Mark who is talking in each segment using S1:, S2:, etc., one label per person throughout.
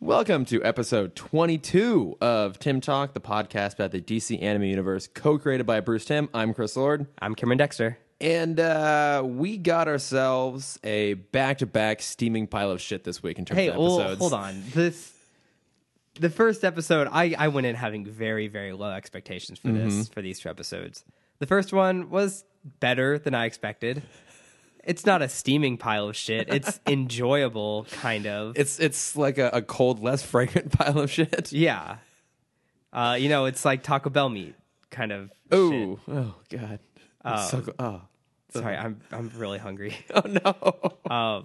S1: Welcome to episode 22 of Tim Talk, the podcast about the DC anime universe, co created by Bruce Tim. I'm Chris Lord.
S2: I'm Cameron Dexter.
S1: And uh, we got ourselves a back to back steaming pile of shit this week in terms
S2: Hey,
S1: of
S2: well,
S1: episodes.
S2: hold on. This the first episode. I I went in having very very low expectations for this
S1: Mm-hmm.
S2: for these two episodes. The first one was better than I expected. It's not a steaming pile of shit. It's enjoyable, kind of.
S1: It's, it's like a, a cold, less fragrant pile of shit.
S2: yeah. Uh, you know, it's like Taco Bell meat, kind of.
S1: Ooh. Oh, God. It's so
S2: Um,
S1: go- oh.
S2: shit. Sorry, I'm I'm really hungry.
S1: oh, no.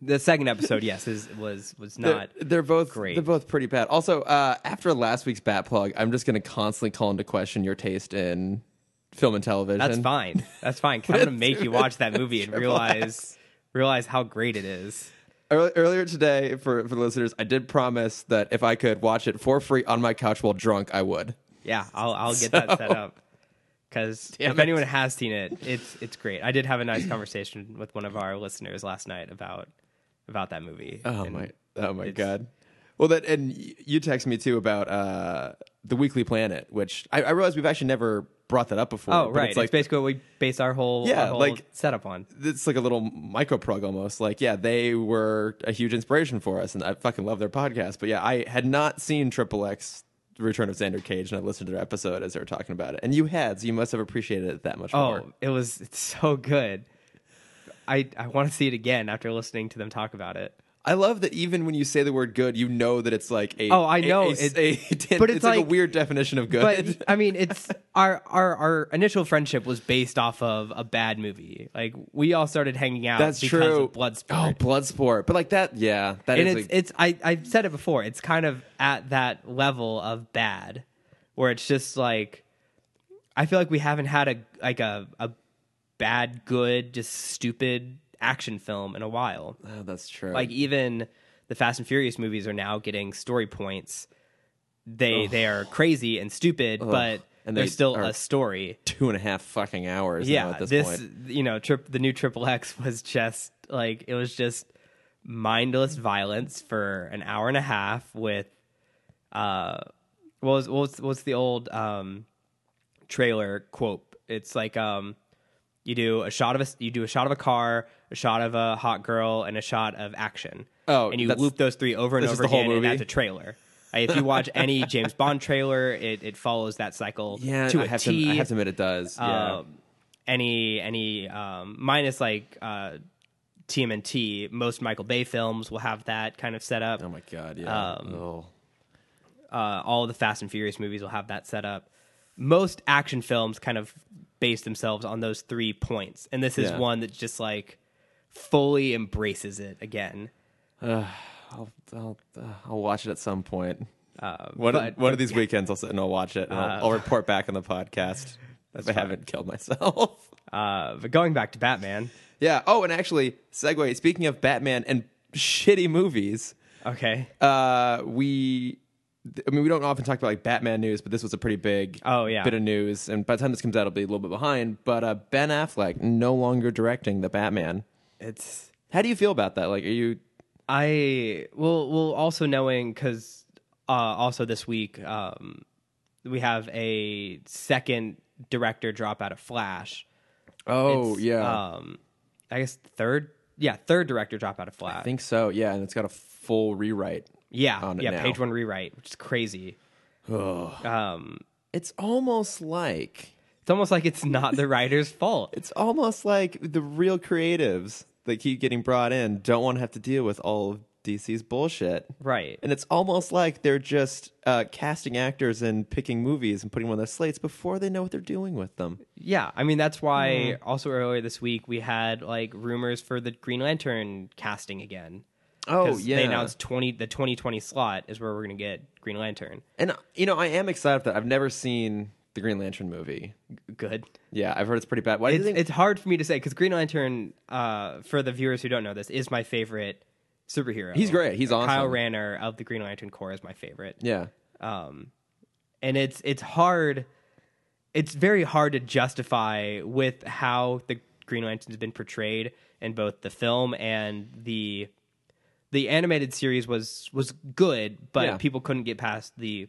S2: the second episode, yes, is was was not.
S1: They're, they're both
S2: great.
S1: They're both pretty bad. Also, uh, after last week's bat plug, I'm just going to constantly call into question your taste in film and television.
S2: That's fine. That's fine. 'cause I'm gonna make you watch that movie and realize realize how great it is.
S1: Earl- Earlier today, for for the listeners, I did promise that if I could watch it for free on my couch while drunk, I would.
S2: Yeah, I'll I'll get that set up. Because if
S1: it.
S2: anyone has seen it, it's it's great. I did have a nice conversation with one of our listeners last night about about that movie.
S1: Oh
S2: And
S1: my! Oh my god! Well, that and y- you text me too about uh, the Weekly Planet, which I, I realize we've actually never brought that up before.
S2: Oh
S1: but
S2: right,
S1: It's
S2: it's,
S1: like
S2: basically what we base our whole
S1: Yeah,
S2: our whole
S1: like-
S2: setup on.
S1: it's like a little micro plug almost. Like, yeah, they were a huge inspiration for us, and I fucking love their podcast. But yeah, I had not seen Triple X Return of Xander Cage, and I listened to their episode as they were talking about it. And you had, so you must have appreciated it that much more.
S2: Oh, it was it's so good. I I want to see it again after listening to them talk about it.
S1: I love that even when you say the word good, you know that it's like a
S2: Oh, I
S1: a-
S2: know.
S1: a-
S2: It-
S1: a-
S2: but
S1: it's,
S2: it's
S1: like, a
S2: like-
S1: weird definition of good.
S2: but I mean, it's our our our initial friendship was based off of a bad movie. Like we all started hanging out.
S1: That's
S2: because
S1: true.
S2: Of
S1: oh,
S2: Bloodsport.
S1: Bloodsport, but like that, yeah, that
S2: and
S1: is.
S2: it's
S1: like,
S2: it's I I've said it before. It's kind of at that level of bad, where it's just like I feel like we haven't had a like a a bad good just stupid action film in a while.
S1: oh, that's true.
S2: Like even the Fast and Furious movies are now getting story points. They they are crazy and stupid, but
S1: And
S2: and they're
S1: they
S2: still
S1: are
S2: a story.
S1: two and a half fucking hours. now
S2: Yeah,
S1: at this, point,
S2: you know, trip the new Triple X was just like it was just mindless violence for an hour and a half with uh what was what's what's the old um trailer quote? It's like um you do a shot of a you do a shot of a car, a shot of a hot girl, and a shot of action.
S1: Oh,
S2: and you
S1: that's-
S2: loop those three over and
S1: that's just
S2: over
S1: the whole
S2: again, and
S1: movie?
S2: that's a trailer. Uh, If you watch any James Bond trailer, it, it follows that cycle
S1: yeah,
S2: to a
S1: I have
S2: T.
S1: to, I have to admit it does. yeah.
S2: Um, any any um, minus like uh, TMNT, most Michael Bay films will have that kind of set up.
S1: Oh my god, yeah.
S2: um,
S1: oh.
S2: Uh, all the Fast and Furious movies will have that set up. Most action films kind of base themselves on those three points, and this is
S1: Yeah.
S2: one that just like fully embraces it again.
S1: I'll, I'll, uh, I'll watch it at some point.
S2: Uh,
S1: one of, one of these weekends, I'll sit and I'll watch it, and I'll, I'll report back on the podcast if I haven't killed myself.
S2: Uh, but going back to Batman,
S1: yeah. Oh, and actually, segue. Speaking of Batman and shitty movies,
S2: okay,
S1: uh, we. I mean, we don't often talk about like Batman news, but this was a pretty big
S2: Oh, yeah.
S1: bit of news. And by the time this comes out, it'll be a little bit behind. But uh, Ben Affleck no longer directing the Batman.
S2: it's
S1: How do you feel about that? Like, are you
S2: I well, well, also knowing because uh, also this week um, we have a second director drop out of Flash.
S1: Oh
S2: It's,
S1: yeah,
S2: um, I guess third, yeah, third director drop out of Flash.
S1: I think so. Yeah, and it's got a full rewrite.
S2: yeah,
S1: on it
S2: yeah,
S1: now.
S2: page one rewrite, which is crazy. Um,
S1: It's almost like
S2: it's almost like it's not the writer's fault.
S1: it's almost like the real creatives that keep getting brought in don't want to have to deal with all of DC's bullshit.
S2: Right.
S1: And it's almost like they're just uh, casting actors and picking movies and putting them on their slates before they know what they're doing with them.
S2: Yeah, I mean that's
S1: Mm.
S2: why. Also earlier this week we had like rumors for the Green Lantern casting again.
S1: Oh,
S2: 'Cause
S1: yeah.
S2: they announced twenty the twenty twenty slot is where we're gonna get Green Lantern.
S1: And uh, you know, I am excited for that I've never seen the Green Lantern movie.
S2: Good.
S1: Yeah, I've heard it's pretty bad. Why do you
S2: It's,
S1: think?
S2: it's hard for me to say because Green Lantern, uh, for the viewers who don't know this, is my favorite superhero.
S1: He's great. He's awesome.
S2: Kyle Ranner of the Green Lantern Corps is my favorite.
S1: yeah,
S2: and it's it's hard it's very hard to justify with how the green lantern's been portrayed in both the film and the the animated series was was good, but
S1: Yeah.
S2: people couldn't get past the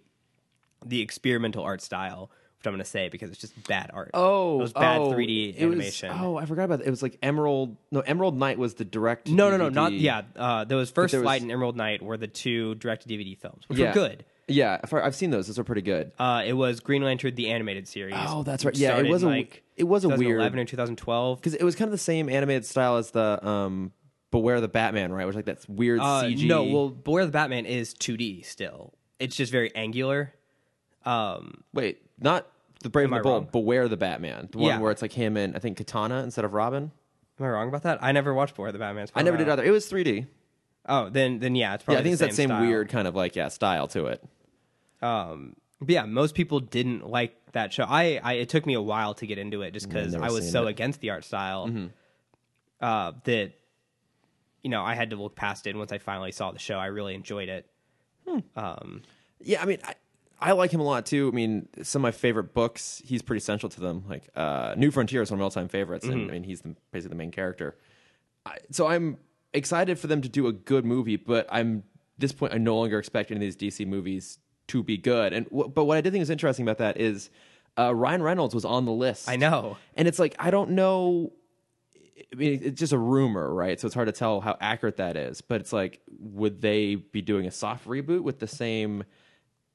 S2: the experimental art style, which I'm gonna say because it's just bad art.
S1: Oh,
S2: it was bad
S1: oh,
S2: 3D
S1: it was-
S2: animation.
S1: oh, I forgot about that. It was like Emerald. No, Emerald Knight was the direct.
S2: No, no, no, not
S1: DVD.
S2: yeah. Uh, there was First
S1: there was-
S2: Light and Emerald Knight were the two direct DVD films, which
S1: yeah.
S2: were good.
S1: Yeah, I've- I've seen those. Those are pretty good.
S2: Uh, it was Green Lantern the animated series.
S1: Oh, that's right.
S2: which
S1: Yeah, it
S2: started
S1: was a-
S2: in, like
S1: it was a weird-
S2: 2011 or 2012.
S1: because it was kind of the same animated style as the um Beware the Batman, right? Which like that's weird
S2: Uh,
S1: CG.
S2: No, well, Beware the Batman is 2D still. It's just very angular. Um,
S1: wait, not the Brave and
S2: Am
S1: the
S2: I
S1: Bold.
S2: wrong?
S1: Beware the Batman, the one
S2: Yeah.
S1: where it's like him and I think Katana instead of Robin.
S2: am I wrong about that? I never watched Beware the Batman. It's
S1: I
S2: probably
S1: never did
S2: wrong.
S1: either. It was 3D.
S2: Oh, then then yeah, it's probably
S1: Yeah, I think it's
S2: the
S1: that same
S2: style.
S1: weird kind of like yeah style to it.
S2: Um, but yeah, most people didn't like that show. I, I it took me a while to get into it just because
S1: never
S2: I was
S1: seen
S2: so
S1: it. Mm-hmm.
S2: against the art style uh, that you know I had to look past it. And once I finally saw the show, I really enjoyed it.
S1: Yeah, I mean, I, I like him a lot too. I mean, some of my favorite books, he's pretty central to them. Like uh, New Frontier is one of my all-time favorites,
S2: Mm-hmm.
S1: and I mean, he's the, basically the main character. I, so I'm excited for them to do a good movie, but I'm at this point I no longer expect any of these DC movies to be good. And wh- but what I did think was interesting about that is uh, Ryan Reynolds was on the list.
S2: I know.
S1: and it's like I don't know. I mean, it's just a rumor, right? So it's hard to tell how accurate that is. But it's like, would they be doing a soft reboot with the same?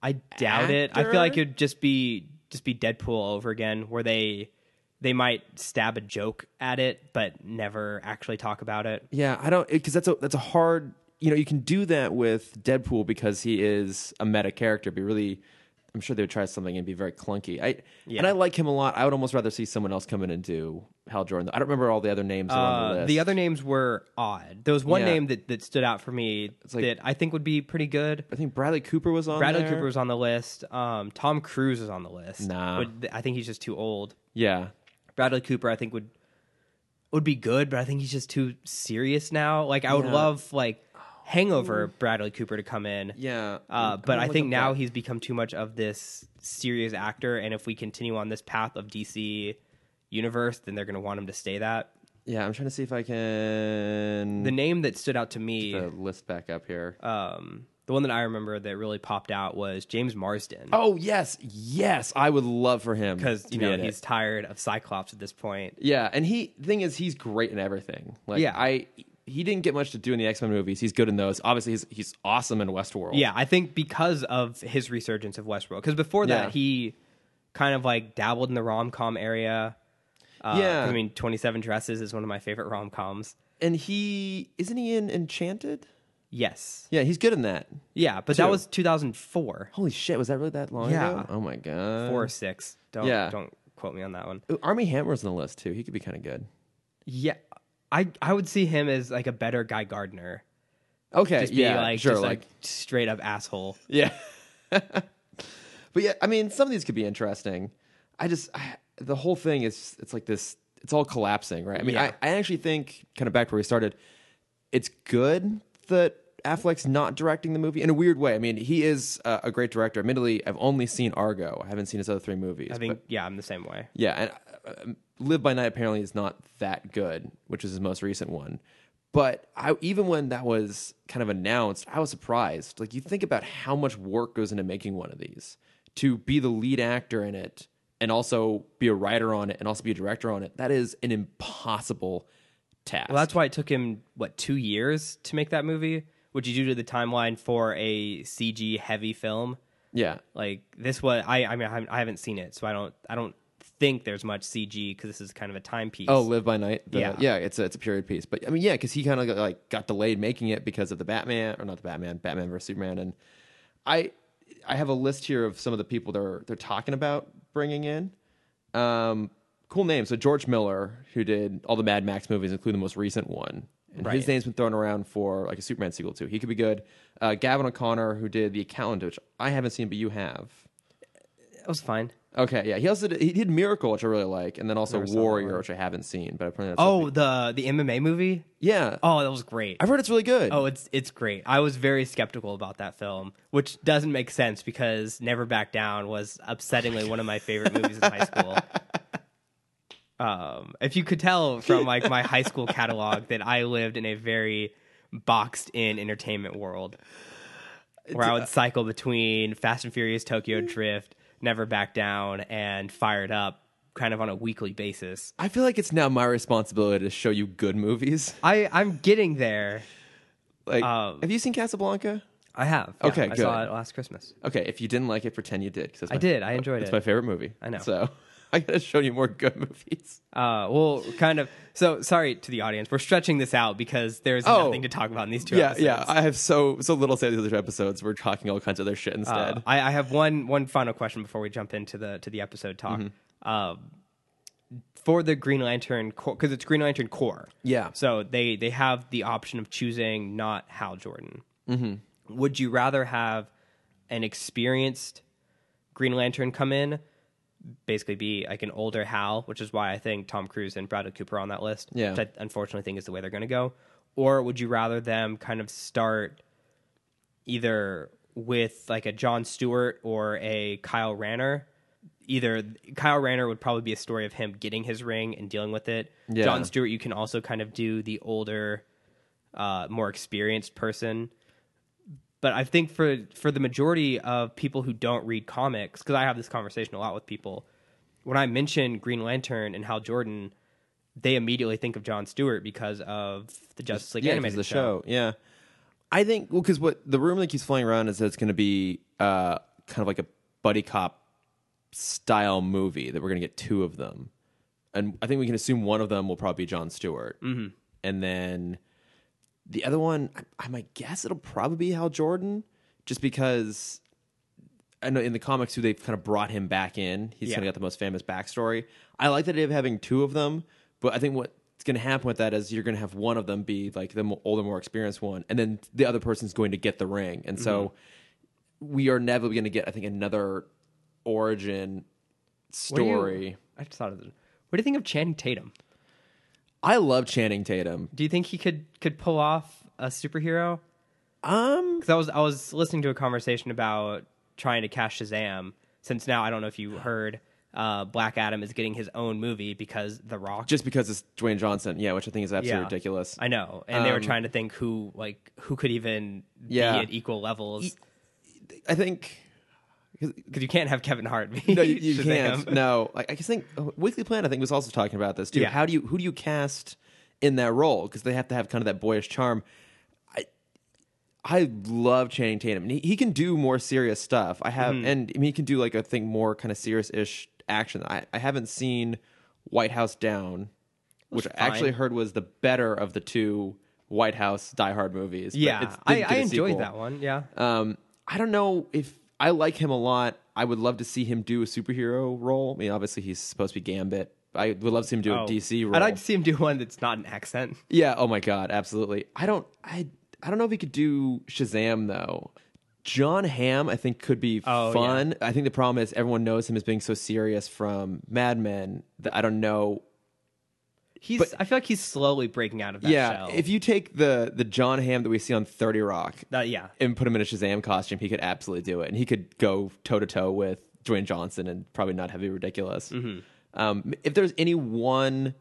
S2: I doubt it. I feel
S1: actor?
S2: like it'd just be just be Deadpool all over again, where they they might stab a joke at it, but never actually talk about it.
S1: Yeah, I don't because that's a that's a hard. You know, you can do that with Deadpool because he is a meta character. Be really, I'm sure they would try something and be very clunky. I and I like him a lot. I would almost rather see someone else come in and do Hal Jordan. I don't remember all the other names that are on the
S2: Uh,
S1: list.
S2: the other names were odd. There was one
S1: Yeah.
S2: name that, that stood out for me
S1: like-
S2: that I think would be pretty good.
S1: I think Bradley Cooper was on.
S2: Bradley
S1: there.
S2: Cooper was on the list. Um, Tom Cruise is on the list.
S1: Nah.
S2: Would- I think he's just too old.
S1: Yeah,
S2: Bradley Cooper, I think would would be good, but I think he's just too serious now. Like I would
S1: Yeah.
S2: love like Hangover Bradley Cooper to come in.
S1: yeah.
S2: Uh,
S1: I'm
S2: but
S1: gonna
S2: I
S1: look
S2: think
S1: up
S2: now
S1: that.
S2: he's become too much of this serious actor, and if we continue on this path of DC universe, then they're going to want him to stay that.
S1: Yeah, I'm trying to see if I can
S2: The name that stood out to me,
S1: the list back up here.
S2: um, the one that I remember that really popped out was James Marsden,
S1: oh yes, yes, I would love for him
S2: because
S1: to
S2: you
S1: be
S2: know
S1: in it.
S2: he's tired of Cyclops at this point.
S1: Yeah, and he the thing is he's great in everything. Like
S2: Yeah.
S1: I he didn't get much to do in the X Men movies. He's good in those. Obviously, he's he's awesome in Westworld.
S2: Yeah, I think because of his resurgence of Westworld, because before that
S1: Yeah.
S2: he kind of like dabbled in the rom com area. Uh,
S1: Yeah.
S2: I mean, Twenty Seven Dresses is one of my favorite rom coms.
S1: and he isn't he in Enchanted?
S2: Yes,
S1: Yeah, he's good in that.
S2: yeah, but
S1: Two.
S2: that was 2004.
S1: Holy shit, was that really that long
S2: Yeah.
S1: ago? Oh my god.
S2: four or six. Don't
S1: yeah.
S2: don't quote me on that one.
S1: Ooh, Army Hammer's on the list too. He could be kind of good.
S2: Yeah, I I would see him as like a better Guy Gardner.
S1: Okay,
S2: Just be
S1: yeah,
S2: like
S1: sure,
S2: just
S1: like
S2: like straight up asshole.
S1: Yeah. but yeah, I mean, some of these could be interesting. I just I, the whole thing is it's like this. It's all collapsing, right? I mean,
S2: Yeah.
S1: I, I actually think kind of back where we started. It's good that Affleck's not directing the movie in a weird way. I mean, he is uh, a great director. Admittedly, I've only seen Argo. I haven't seen his other three movies.
S2: I think yeah, I'm the same way.
S1: Yeah, and uh, um, Live by Night apparently is not that good, which is his most recent one. But I, even when that was kind of announced, I was surprised. Like you think about how much work goes into making one of these to be the lead actor in it, and also be a writer on it, and also be a director on it. That is an impossible task.
S2: Well, that's why it took him what two years to make that movie. Would you do to the timeline for a CG heavy film
S1: yeah,
S2: like this? Was I? I mean, I haven't, I haven't seen it, so I don't. I don't think there's much CG because this is kind of a timepiece.
S1: Oh, Live by Night. The- yeah,
S2: Yeah.
S1: It's a it's a period piece, but I mean, yeah, because he kind of like got delayed making it because of the Batman or not the Batman, Batman versus Superman, and I I have a list here of some of the people they're they're talking about bringing in. Um, cool name. So George Miller, who did all the Mad Max movies, including the most recent one. And his
S2: Right.
S1: name's been thrown around for like a Superman sequel too. He could be good. Uh, Gavin O'Connor, who did The Accountant, which I haven't seen, but you have.
S2: that was fine.
S1: Okay, yeah. He also did, he did Miracle, which I really like, and then also
S2: saw that
S1: Warrior, which I haven't seen, but apparently that's
S2: Oh, the the MMA movie.
S1: yeah.
S2: Oh, that was great.
S1: I've heard it's really good.
S2: Oh, it's it's great. I was very skeptical about that film, which doesn't make sense because Never Back Down was upsettingly one of my favorite movies in high school. Um, if you could tell from like my high school catalog that I lived in a very boxed in entertainment world where I would
S1: uh,
S2: cycle between Fast and Furious,
S1: Mm.
S2: Tokyo Drift, Never Back Down, and Fired Up kind of on a weekly basis.
S1: I feel like it's now my responsibility to show you good movies.
S2: I, I'm getting there.
S1: Like,
S2: Um,
S1: have you seen Casablanca?
S2: I have.
S1: Okay,
S2: I
S1: good.
S2: saw it last Christmas.
S1: Okay, if you didn't like it, pretend you did. 'cause that's
S2: I
S1: my-
S2: did. I enjoyed
S1: It's
S2: it.
S1: my favorite movie. I
S2: know.
S1: So I gotta show you more good movies.
S2: Uh, well, kind of. So sorry to the audience. We're stretching this out because there's
S1: Oh.
S2: nothing to talk about in these two.
S1: yeah,
S2: episodes.
S1: yeah. I have so so little to say to the other episodes. We're talking all kinds of other shit
S2: Uh,
S1: instead.
S2: I, I have one one final question before we jump into the to the episode talk.
S1: Mm-hmm.
S2: Um, for the Green Lantern core, because it's Green Lantern core.
S1: Yeah.
S2: So they they have the option of choosing not Hal Jordan. Mm-hmm. Would you rather have an experienced Green Lantern come in, basically be like an older Hal, which is why I think Tom Cruise and Bradley Cooper are on that list.
S1: Yeah.
S2: Which I unfortunately think is the way they're going to go. Or would you rather them kind of start either with like a John Stewart or a Kyle Ranner. Either Kyle Ranner would probably be a story of him getting his ring and dealing with it.
S1: Yeah.
S2: John Stewart, you can also kind of do the older, uh, more experienced person. But I think for for the majority of people who don't read comics, because I have this conversation a lot with people, when I mention Green Lantern and Hal Jordan, they immediately think of John Stewart because of the Justice League
S1: yeah, 'cause
S2: animated
S1: the
S2: show.
S1: show. Yeah, I think well because what the rumor that keeps flying around is that it's going to be uh, kind of like a buddy cop style movie that we're going to get two of them, and I think we can assume one of them will probably be John Stewart, mm-hmm. and then the other one I, I might guess it'll probably be Hal Jordan, just because. I know in the comics who they've kind of brought him back in. He's
S2: Yeah.
S1: kind of got the most famous backstory. I like the idea of having two of them, but I think what's going to happen with that is you're going to have one of them be like the mo- older, more experienced one, and then the other person's going to get the ring. And so
S2: Mm-hmm.
S1: we are never going to get, I think, another origin
S2: What do you-
S1: story.
S2: I just thought of it. What do you think of Channing Tatum?
S1: I love Channing Tatum.
S2: Do you think he could could pull off a superhero?
S1: Um,
S2: Because I was I was listening to a conversation about trying to cast Shazam. Since now I don't know if you heard, uh, Black Adam is getting his own movie because The Rock.
S1: just because it's Dwayne Johnson, yeah, which I think is absolutely
S2: Yeah.
S1: ridiculous.
S2: I know, and they were
S1: Um,
S2: trying to think who like who could even
S1: Yeah. E-
S2: be at equal levels
S1: I think
S2: because you can't have Kevin Hart be
S1: No, you, you
S2: Shazam.
S1: can't. No, like I just think uh, Weekly Planet. I think was also talking about this too.
S2: Yeah.
S1: How do you who do you cast in that role? Because they have to have kind of that boyish charm. I I love Channing Tatum. And he, he can do more serious stuff. I have,
S2: Mm-hmm.
S1: and I mean, he can do like I think more kind of serious ish action. I I haven't seen White House Down, which I actually
S2: fine.
S1: heard was the better of the two White House Die Hard movies. but
S2: Yeah,
S1: it's-
S2: I,
S1: didn't
S2: I
S1: get a
S2: enjoyed
S1: sequel.
S2: that one. Yeah,
S1: Um, I don't know if I like him a lot. I would love to see him do a superhero role. I mean, obviously he's supposed to be Gambit. I would love to see him do
S2: Oh.
S1: a DC role.
S2: I'd like to see him do one that's not an accent.
S1: yeah. Oh my god, absolutely. I don't. I I don't know if he could do Shazam though. John Hamm, I think, could be
S2: Oh,
S1: fun. I think the problem is everyone knows him as being so serious from Mad Men that I don't know
S2: He's I feel like he's slowly breaking out of that
S1: yeah,
S2: shell.
S1: if you take the the John Ham that we see on Thirty Rock,
S2: Uh, yeah.
S1: and put him in a Shazam costume, he could absolutely do it, and he could go toe to toe with Dwayne Johnson and probably not have it ridiculous.
S2: Mm-hmm.
S1: Um, if there's any one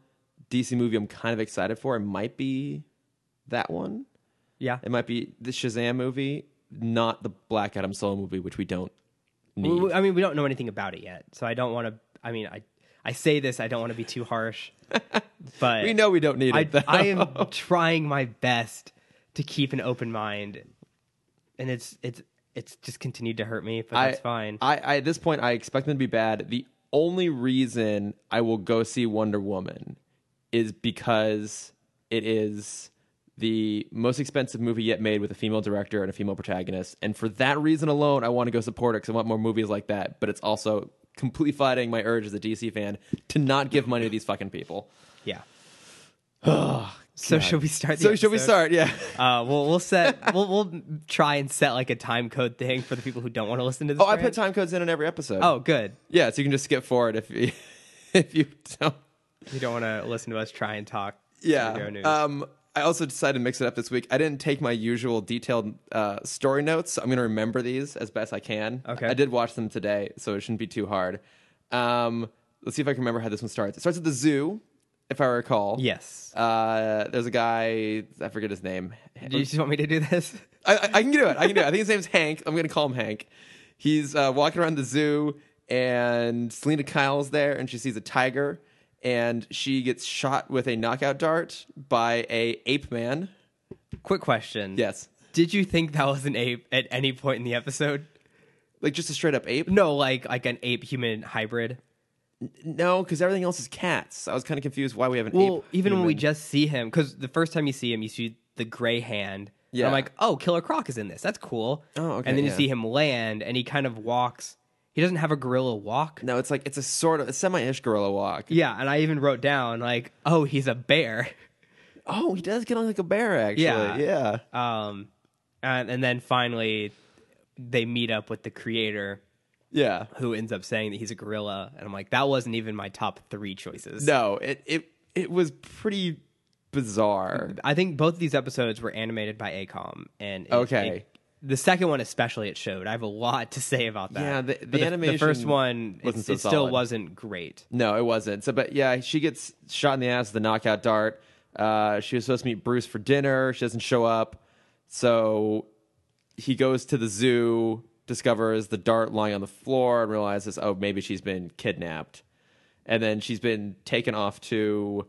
S1: DC movie I'm kind of excited for, it might be that one.
S2: yeah.
S1: It might be the Shazam movie, not the Black Adam solo movie, which we don't need.
S2: Well, I mean, we don't know anything about it yet, so I don't want to. I mean, I I say this, I don't want to be too harsh, but
S1: we know we don't need
S2: I,
S1: it. Though.
S2: I am trying my best to keep an open mind, and it's it's it's just continued to hurt me, but
S1: I-
S2: that's fine.
S1: I, I at this point I expect them to be bad. The only reason I will go see Wonder Woman is because it is the most expensive movie yet made with a female director and a female protagonist. And for that reason alone, I want to go support it because I want more movies like that. But it's also completely fighting my urge as a DC fan to not give money to these fucking people.
S2: yeah. so should we start? The
S1: Oh, So should we
S2: episode?
S1: start? Yeah.
S2: Uh, we'll we'll set we'll we'll try and set like a time code thing for the people who don't want to listen to this.
S1: Oh, I put
S2: rant.
S1: time codes in on every episode.
S2: Oh, good.
S1: yeah. So you can just skip forward if you, if you don't.
S2: You don't want to listen to us try and talk. superhero
S1: Yeah.
S2: news.
S1: Um, I also decided to mix it up this week. I didn't take my usual detailed uh, story notes. So I'm going to remember these as best I can.
S2: Okay.
S1: I did watch them today, so it shouldn't be too hard. Um, let's see if I can remember how this one starts. It starts at the zoo. if I recall.
S2: Yes.
S1: Uh, there's a guy I forget his name.
S2: Do you just want me to do this?
S1: I, I- I can do it. I can do it. I think his name's Hank. I'm gonna call him Hank. He's uh, walking around the zoo, and Selena Kyle's there, and she sees a tiger, and she gets shot with a knockout dart by a ape man.
S2: Quick question.
S1: Yes,
S2: Did you think that was an ape at any point in the episode?
S1: like just a straight up ape.
S2: No, like like an ape human hybrid.
S1: No, because everything else is cats. I was kind of confused why we have an
S2: Well,
S1: ape.
S2: even when we
S1: human.
S2: just see him, because the first time you see him, you see the gray hand. Yeah.
S1: Yeah.
S2: I'm like, oh, Killer Croc is in this. That's cool.
S1: Oh, okay,
S2: And then you
S1: yeah.
S2: see him land, and he kind of walks. He doesn't have a gorilla walk.
S1: no, it's like it's a sort of a semi-ish gorilla walk.
S2: Yeah, and I even wrote down like, oh, he's a bear.
S1: Oh, he does get on like a bear actually.
S2: Yeah.
S1: yeah.
S2: Um, and, and then finally, they meet up with the creator,
S1: Yeah.
S2: who ends up saying that he's a gorilla. And I'm like, that wasn't even my top three choices.
S1: No, it it it was pretty bizarre.
S2: I think both of these episodes were animated by Acom, and it-
S1: Okay.
S2: it- the second one especially it showed. I have a lot to say about that.
S1: Yeah, the-
S2: But
S1: the
S2: the first
S1: animation
S2: one it,
S1: wasn't so
S2: it still
S1: solid.
S2: wasn't great.
S1: No, it wasn't. So, but yeah, she gets shot in the ass with the knockout dart. Uh, she was supposed to meet Bruce for dinner. She doesn't show up. So he goes to the zoo, discovers the dart lying on the floor, and realizes, oh, maybe she's been kidnapped. And then she's been taken off to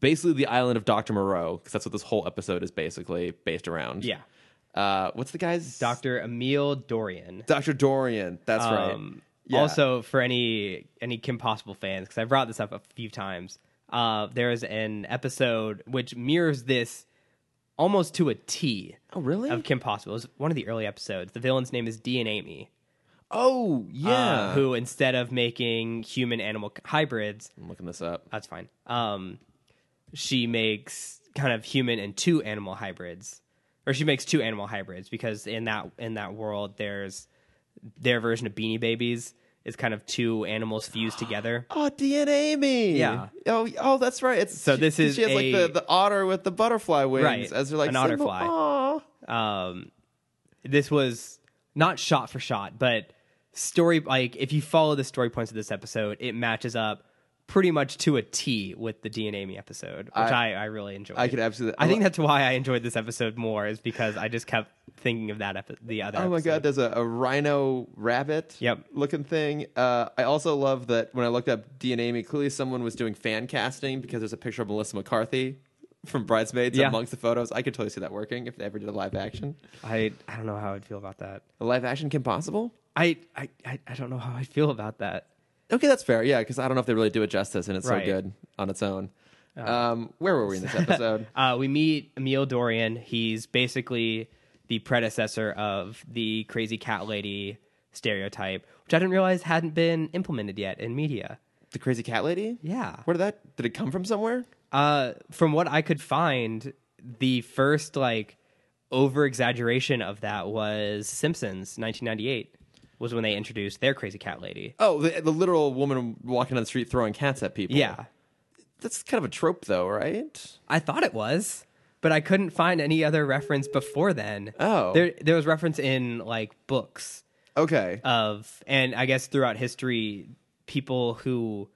S1: basically the island of Dr. Moreau, because that's what this whole episode is basically based around.
S2: Yeah,
S1: Uh, what's the guy's?
S2: Doctor Emil Dorian.
S1: Dr. Dorian. That's right.
S2: Um,
S1: Yeah.
S2: Also, for any any Kim Possible fans, because I brought this up a few times, uh, there is an episode which mirrors this almost to a T
S1: Oh, really?
S2: of Kim Possible. It was one of the early episodes. The villain's name is D and Amy.
S1: oh, yeah.
S2: uh, who instead of making human animal hybrids,
S1: I'm looking this up.
S2: that's fine. Um, she makes kind of human and two animal hybrids, or she makes two animal hybrids because in that in that world, there's their version of Beanie Babies is kind of two animals fused together.
S1: Oh, DNA Amy.
S2: Yeah.
S1: Oh, oh, that's right. It's
S2: So this
S1: she,
S2: is
S1: she has
S2: a-
S1: like the, the otter with the butterfly wings
S2: Right,
S1: as they're like
S2: an
S1: symbol.
S2: otterfly.
S1: Aw.
S2: Um, this was not shot for shot, but story like if you follow the story points of this episode, it matches up. Pretty much to a T with the D and Amy episode, which I, I, really enjoyed.
S1: I could absolutely.
S2: I think that's why I enjoyed this episode more is because I just kept thinking of that epi- the other.
S1: Oh my
S2: episode.
S1: god, there's a, a rhino rabbit
S2: Yep.
S1: looking thing. Uh, I also love that when I looked up DNA Amy, clearly someone was doing fan casting because there's a picture of Melissa McCarthy from Bridesmaids
S2: Yeah.
S1: amongst the photos. I could totally see that working if they ever did a live action.
S2: I I don't know how I'd feel about that.
S1: A live action Kim Possible?
S2: I I I I don't know how I'd feel about that.
S1: Okay, that's fair. Yeah, because I don't know if they really do it justice, and it's
S2: Right.
S1: so good on its own. Um, where were we in this episode?
S2: Uh, we meet Emil Dorian. He's basically the predecessor of the crazy cat lady stereotype, which I didn't realize hadn't been implemented yet in media.
S1: the crazy cat lady?
S2: Yeah.
S1: Where did that? Did it come from somewhere?
S2: Uh, from what I could find, the first like over exaggeration of that was Simpsons 1998 was when they introduced their crazy cat lady.
S1: Oh, the, the literal woman walking on the street throwing cats at people.
S2: Yeah,
S1: that's kind of a trope, though, right?
S2: I thought it was, but I couldn't find any other reference before then.
S1: Oh.
S2: there there was reference in like books
S1: Okay.
S2: of, and I guess throughout history, people who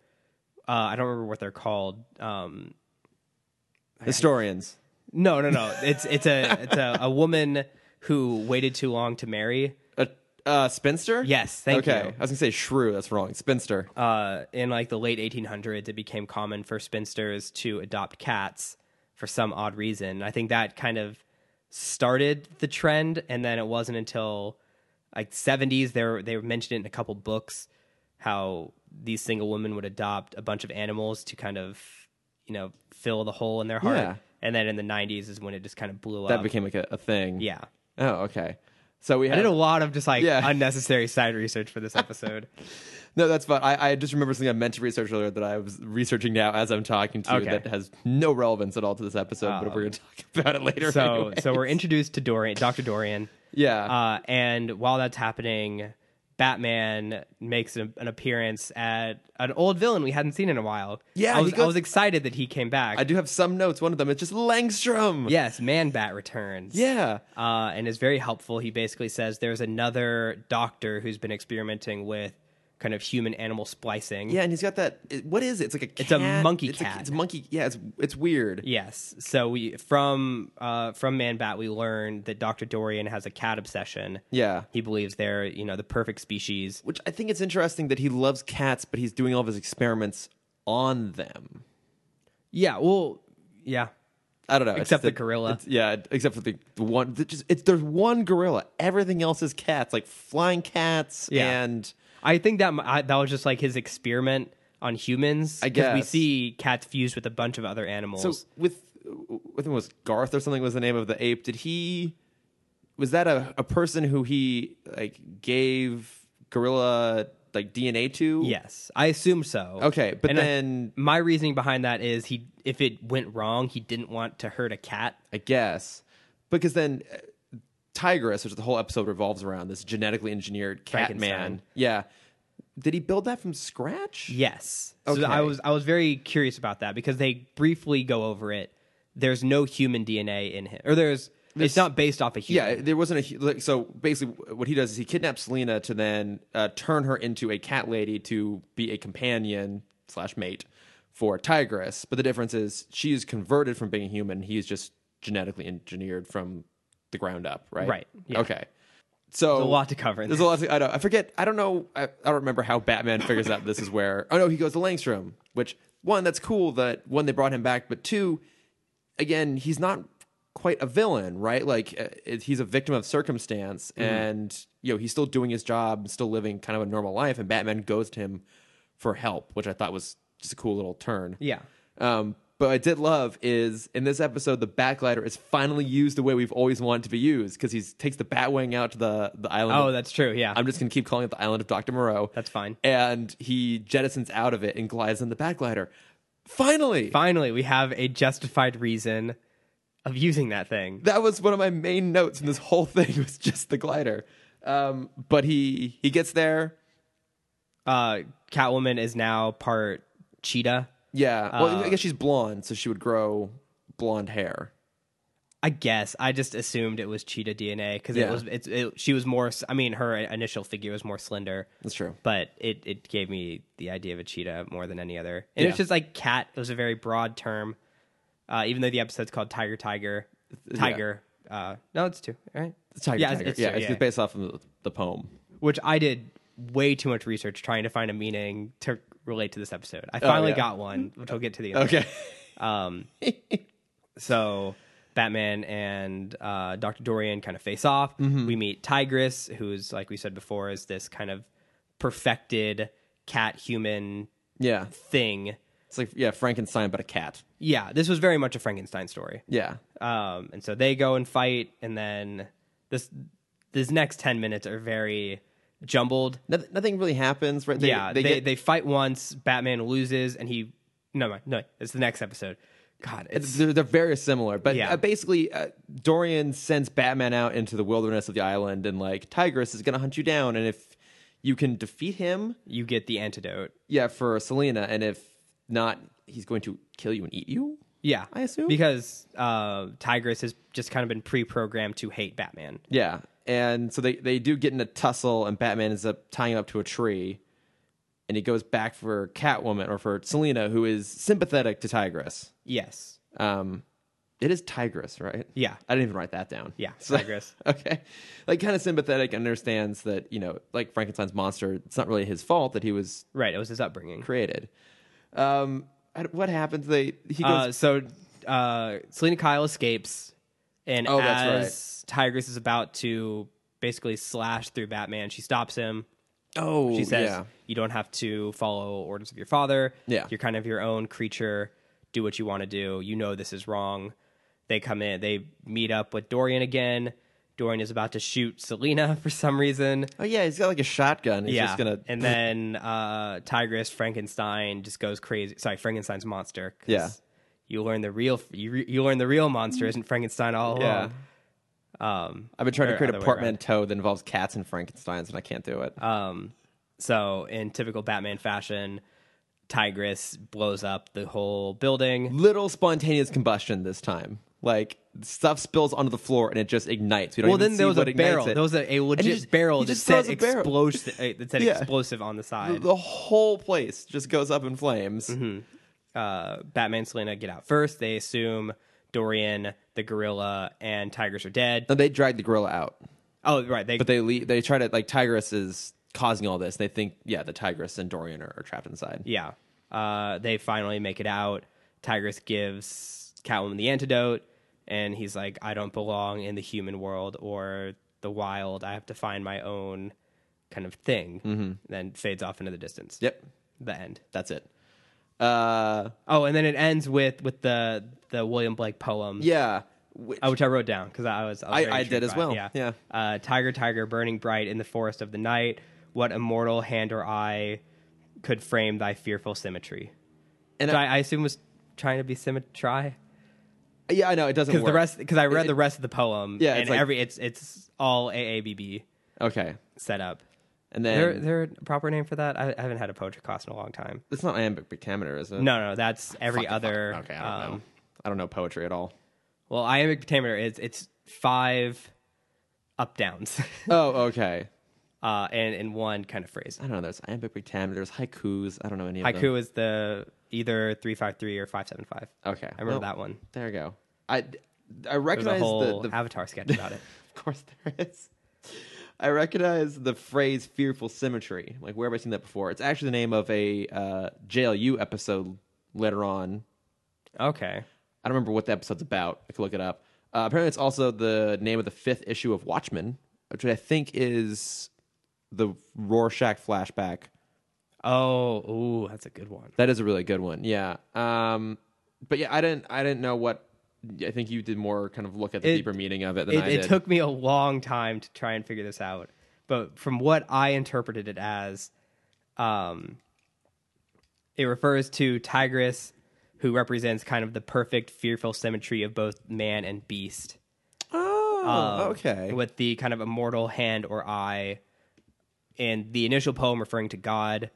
S2: uh, I don't remember what they're called. Um,
S1: Historians.
S2: no, no, no. It's it's a it's a, a woman who waited too long to marry.
S1: A uh, spinster.
S2: Yes, thank
S1: okay.
S2: you.
S1: I was gonna say shrew. That's wrong. Spinster.
S2: uh, in like the late 1800s, it became common for spinsters to adopt cats for some odd reason. I think that kind of started the trend, and then it wasn't until like 70s they were, they were mentioned it in a couple books how these single women would adopt a bunch of animals to kind of you know fill the hole in their heart.
S1: Yeah.
S2: And then in the 90s is when it just kind of blew
S1: that
S2: up.
S1: became like a, a thing.
S2: yeah.
S1: Oh, okay. So we
S2: I
S1: had
S2: did a lot of just like
S1: Yeah.
S2: unnecessary side research for this episode.
S1: no. That's fine. I, I just remember something I meant to research earlier that I was researching now as I'm talking to
S2: Okay.
S1: you that has no relevance at all to this episode, but we're gonna talk about it later.
S2: so so
S1: anyways.
S2: we're introduced to Dorian, Dr. Dorian.
S1: yeah.
S2: Uh, and while that's happening, Batman makes an, an appearance at an old villain we hadn't seen in a while.
S1: Yeah,
S2: I
S1: he
S2: was, I
S1: goes-
S2: was excited that he came back.
S1: I do have some notes. One of them is just Langstrom.
S2: yes, Man Bat returns.
S1: Yeah.
S2: uh, and is very helpful. He basically says there's another doctor who's been experimenting with kind of human animal splicing.
S1: Yeah, and he's got that. it- What is it? It's like a. Cat.
S2: It's a monkey
S1: it's
S2: cat.
S1: it's a monkey. Yeah, it's it's weird.
S2: Yes. So we from uh from Man Bat we learned that Dr. Dorian has a cat obsession.
S1: Yeah.
S2: He believes they're, you know, the perfect species.
S1: Which I think it's interesting that he loves cats, but he's doing all of his experiments on them.
S2: Yeah, well, yeah.
S1: I don't know. it's
S2: Except
S1: just
S2: the gorilla.
S1: it's- Yeah, except for the, the one. the- Just it's, there's one gorilla. Everything else is cats, like flying cats
S2: Yeah.
S1: and
S2: I think that mi- I, that was just like his experiment on humans.
S1: I
S2: 'cause we
S1: guess.
S2: see cats fused with a bunch of other animals.
S1: So with I think it was Garth or something was the name of the ape. Did he was that a, a person who he like gave gorilla like DNA to?
S2: yes, I assume so.
S1: Okay, but
S2: And I-
S1: then
S2: my reasoning behind that is he if it went wrong, he didn't want to hurt a cat.
S1: I, guess because then uh, Tigress, which the whole episode revolves around, this genetically engineered cat man.
S2: Frankenstein.
S1: Yeah. Did he build that from scratch?
S2: Yes. So I
S1: Okay.
S2: was I was very curious about that because they briefly go over it. There's no human DNA in him, or there's it's not based off a human.
S1: Yeah, there wasn't a hu- like, so basically what he does is he kidnaps Selena to then uh, turn her into a cat lady to be a companion slash mate for Tigress. But the difference is she is converted from being human. He is just genetically engineered from the ground up, right?
S2: Right, yeah.
S1: Okay. So
S2: There's a lot to cover in
S1: There's a lot. To, I know. I forget. I don't know. I, I don't remember how Batman figures out this is where. Oh no, he goes to Langstrom. Which one? That's cool. That one they brought him back. But two, again, he's not quite a villain, right? Like uh, it, he's a victim of circumstance,
S2: Mm-hmm.
S1: and you know he's still doing his job, still living kind of a normal life. And Batman goes to him for help, which I thought was just a cool little turn.
S2: Yeah.
S1: Um, but I did love is in this episode the backlighter is finally used the way we've always wanted it to be used because he takes the batwing out to the the island.
S2: Oh,
S1: of-
S2: that's true. Yeah.
S1: I'm just going to keep calling it the island of Dr. Moreau.
S2: That's fine.
S1: And he jettisons out of it and glides on the backlighter. Finally!
S2: Finally, we have a justified reason of using that thing.
S1: That was one of my main notes in this whole thing was just the glider. Um, but he he gets there.
S2: Uh, Catwoman is now part cheetah.
S1: Yeah. Well,
S2: Uh,
S1: I guess she's blonde, so she would grow blonde hair.
S2: I guess I just assumed it was cheetah DNA because
S1: Yeah.
S2: it was. It's it, she was more. s- I mean, her initial figure was more slender.
S1: That's true.
S2: but it, it gave me the idea of a cheetah more than any other. And
S1: Yeah.
S2: it's just like cat. It was a very broad term, uh, even though the episode's called Tiger Tiger Tiger. Uh, no, it's two. All right,
S1: It's Tiger
S2: yeah,
S1: Tiger.
S2: It's, it's
S1: yeah,
S2: two,
S1: it's
S2: yeah.
S1: based off of the, the poem.
S2: Which I did way too much research trying to find a meaning to relate to this episode. I finally
S1: Oh, yeah.
S2: got one, which I'll get to the end.
S1: Okay.
S2: So Batman and uh, Dr. Dorian kind of face off.
S1: Mm-hmm.
S2: We meet Tigress, who's like we said before, is this kind of perfected cat human
S1: yeah.
S2: thing.
S1: It's like, yeah, Frankenstein, but a cat.
S2: Yeah, this was very much a Frankenstein story.
S1: Yeah.
S2: Um, and so they go and fight, and then this this next ten minutes are very jumbled.
S1: Noth- nothing really happens, right? They,
S2: yeah, they
S1: They,
S2: they,
S1: get,
S2: fight once, Batman loses, and he no no no, it's the next episode. God, it's
S1: they're, they're very similar, but
S2: Yeah.
S1: uh, basically, uh, Dorian sends Batman out into the wilderness of the island, and like Tigress is gonna hunt you down, and if you can defeat him,
S2: you get the antidote.
S1: yeah, for Selena, and if not, he's going to kill you and eat you.
S2: Yeah,
S1: I assume?
S2: because uh, Tigress has just kind of been pre-programmed to hate Batman.
S1: Yeah, and so they they do get in a tussle, and Batman ends up tying him up to a tree, and he goes back for Catwoman or for Selena, who is sympathetic to Tigress.
S2: Yes,
S1: Um, it is Tigress, right?
S2: Yeah.
S1: I didn't even write that down.
S2: Yeah, Tigress.
S1: Okay, like kind of sympathetic, and understands that you know, like Frankenstein's monster, it's not really his fault that he was
S2: right. It was his upbringing.
S1: created. Um, I d- what happens? They he goes.
S2: Uh, so uh, Selena Kyle escapes, and
S1: Oh, that's right.
S2: as Tigress is about to basically slash through Batman, she stops him.
S1: oh,
S2: She says,
S1: yeah,
S2: "You don't have to follow orders of your father.
S1: Yeah.
S2: you're kind of your own creature. Do what you want to do. You know this is wrong." They come in. They meet up with Dorian again. Dorian is about to shoot Selena for some reason.
S1: oh yeah, he's got like a shotgun. He's just gonna.
S2: and then uh, Tigress Frankenstein just goes crazy. Sorry, Frankenstein's monster. 'cause
S1: Yeah.
S2: you learn the real you re- you learn the real monster isn't Frankenstein all
S1: yeah.
S2: along. Um,
S1: I've been trying to
S2: or
S1: create a
S2: other way around.
S1: portmanteau that involves cats and Frankenstein's, and I can't do it.
S2: Um, so in typical Batman fashion, Tigress blows up the whole building.
S1: Little spontaneous combustion this time. Like stuff spills onto the floor and it just ignites. We don't
S2: Well,
S1: even
S2: then
S1: see
S2: there was a
S1: what ignites
S2: barrel.
S1: it.
S2: There was a, a legit
S1: just-
S2: barrel
S1: he
S2: that
S1: just
S2: said,
S1: throws a barrel.
S2: explosi- uh, that said
S1: Yeah.
S2: explosive on the side.
S1: the whole place just goes up in flames.
S2: Mm-hmm. uh, Batman and Selina get out first. They assume Dorian, the gorilla, and Tigers are dead.
S1: No, they drag the gorilla out,
S2: Oh, right. They,
S1: but they le- they try to like Tigress is causing all this. They think yeah, the Tigress and Dorian are, are trapped inside.
S2: yeah. Uh, they finally make it out. Tigress gives Catwoman the antidote, and he's like, I don't belong in the human world or the wild. I have to find my own kind of thing. Mm-hmm. Then fades off into the distance.
S1: Yep,
S2: The end.
S1: that's it. Uh,
S2: Oh, and then it ends with with the the William Blake poem.
S1: yeah, Wh-
S2: Oh, which I wrote down because I was. I, was
S1: I-
S2: very
S1: I did
S2: intrigued
S1: as
S2: by it.
S1: well. Yeah.
S2: Uh, tiger, tiger, burning bright in the forest of the night. What immortal hand or eye could frame thy fearful symmetry?
S1: And
S2: And I, I assume was trying to be symmetry
S1: yeah, I know it doesn't
S2: because
S1: work.
S2: the rest because I read
S1: It-
S2: the rest of the poem.
S1: Yeah,
S2: and
S1: it's like-
S2: every it's it's all AABB
S1: okay,
S2: set up.
S1: and
S2: Is
S1: then
S2: there, is there a proper name for that? I, I haven't had a poetry class in a long time.
S1: it's not iambic pentameter, is it?
S2: No, no, that's every
S1: Fuck, fuck.
S2: other.
S1: Okay, I don't
S2: um,
S1: know. I don't know poetry at all.
S2: Well, iambic pentameter is it's five up downs,
S1: Oh, okay.
S2: uh, and in one kind of phrase.
S1: I don't know. There's iambic pentameter. There's haikus. I don't know any of them.
S2: Haiku is the either three five three or five seven five.
S1: Okay,
S2: I remember that one.
S1: There Oh, you go. I I
S2: There's a
S1: recognize
S2: whole
S1: the, the
S2: Avatar sketch about it.
S1: Of course there is. I recognize the phrase "fearful symmetry." Like where have I seen that before? It's actually the name of a uh, JLU episode later on.
S2: Okay,
S1: I don't remember what the episode's about. I could look it up. Uh, apparently, it's also the name of the fifth issue of Watchmen, which I think is the Rorschach flashback.
S2: Oh, ooh, that's a good one.
S1: That is a really good one. Yeah. Um, but yeah, I didn't. I didn't know what. I think you did more kind of look at the
S2: It-
S1: deeper meaning of it than
S2: It,
S1: I
S2: it
S1: did.
S2: took me a long time to try and figure this out, but from what I interpreted it as, um, it refers to Tigress, who represents kind of the perfect fearful symmetry of both man and beast.
S1: oh,
S2: um,
S1: okay.
S2: With the kind of immortal hand or eye, and the initial poem referring to God,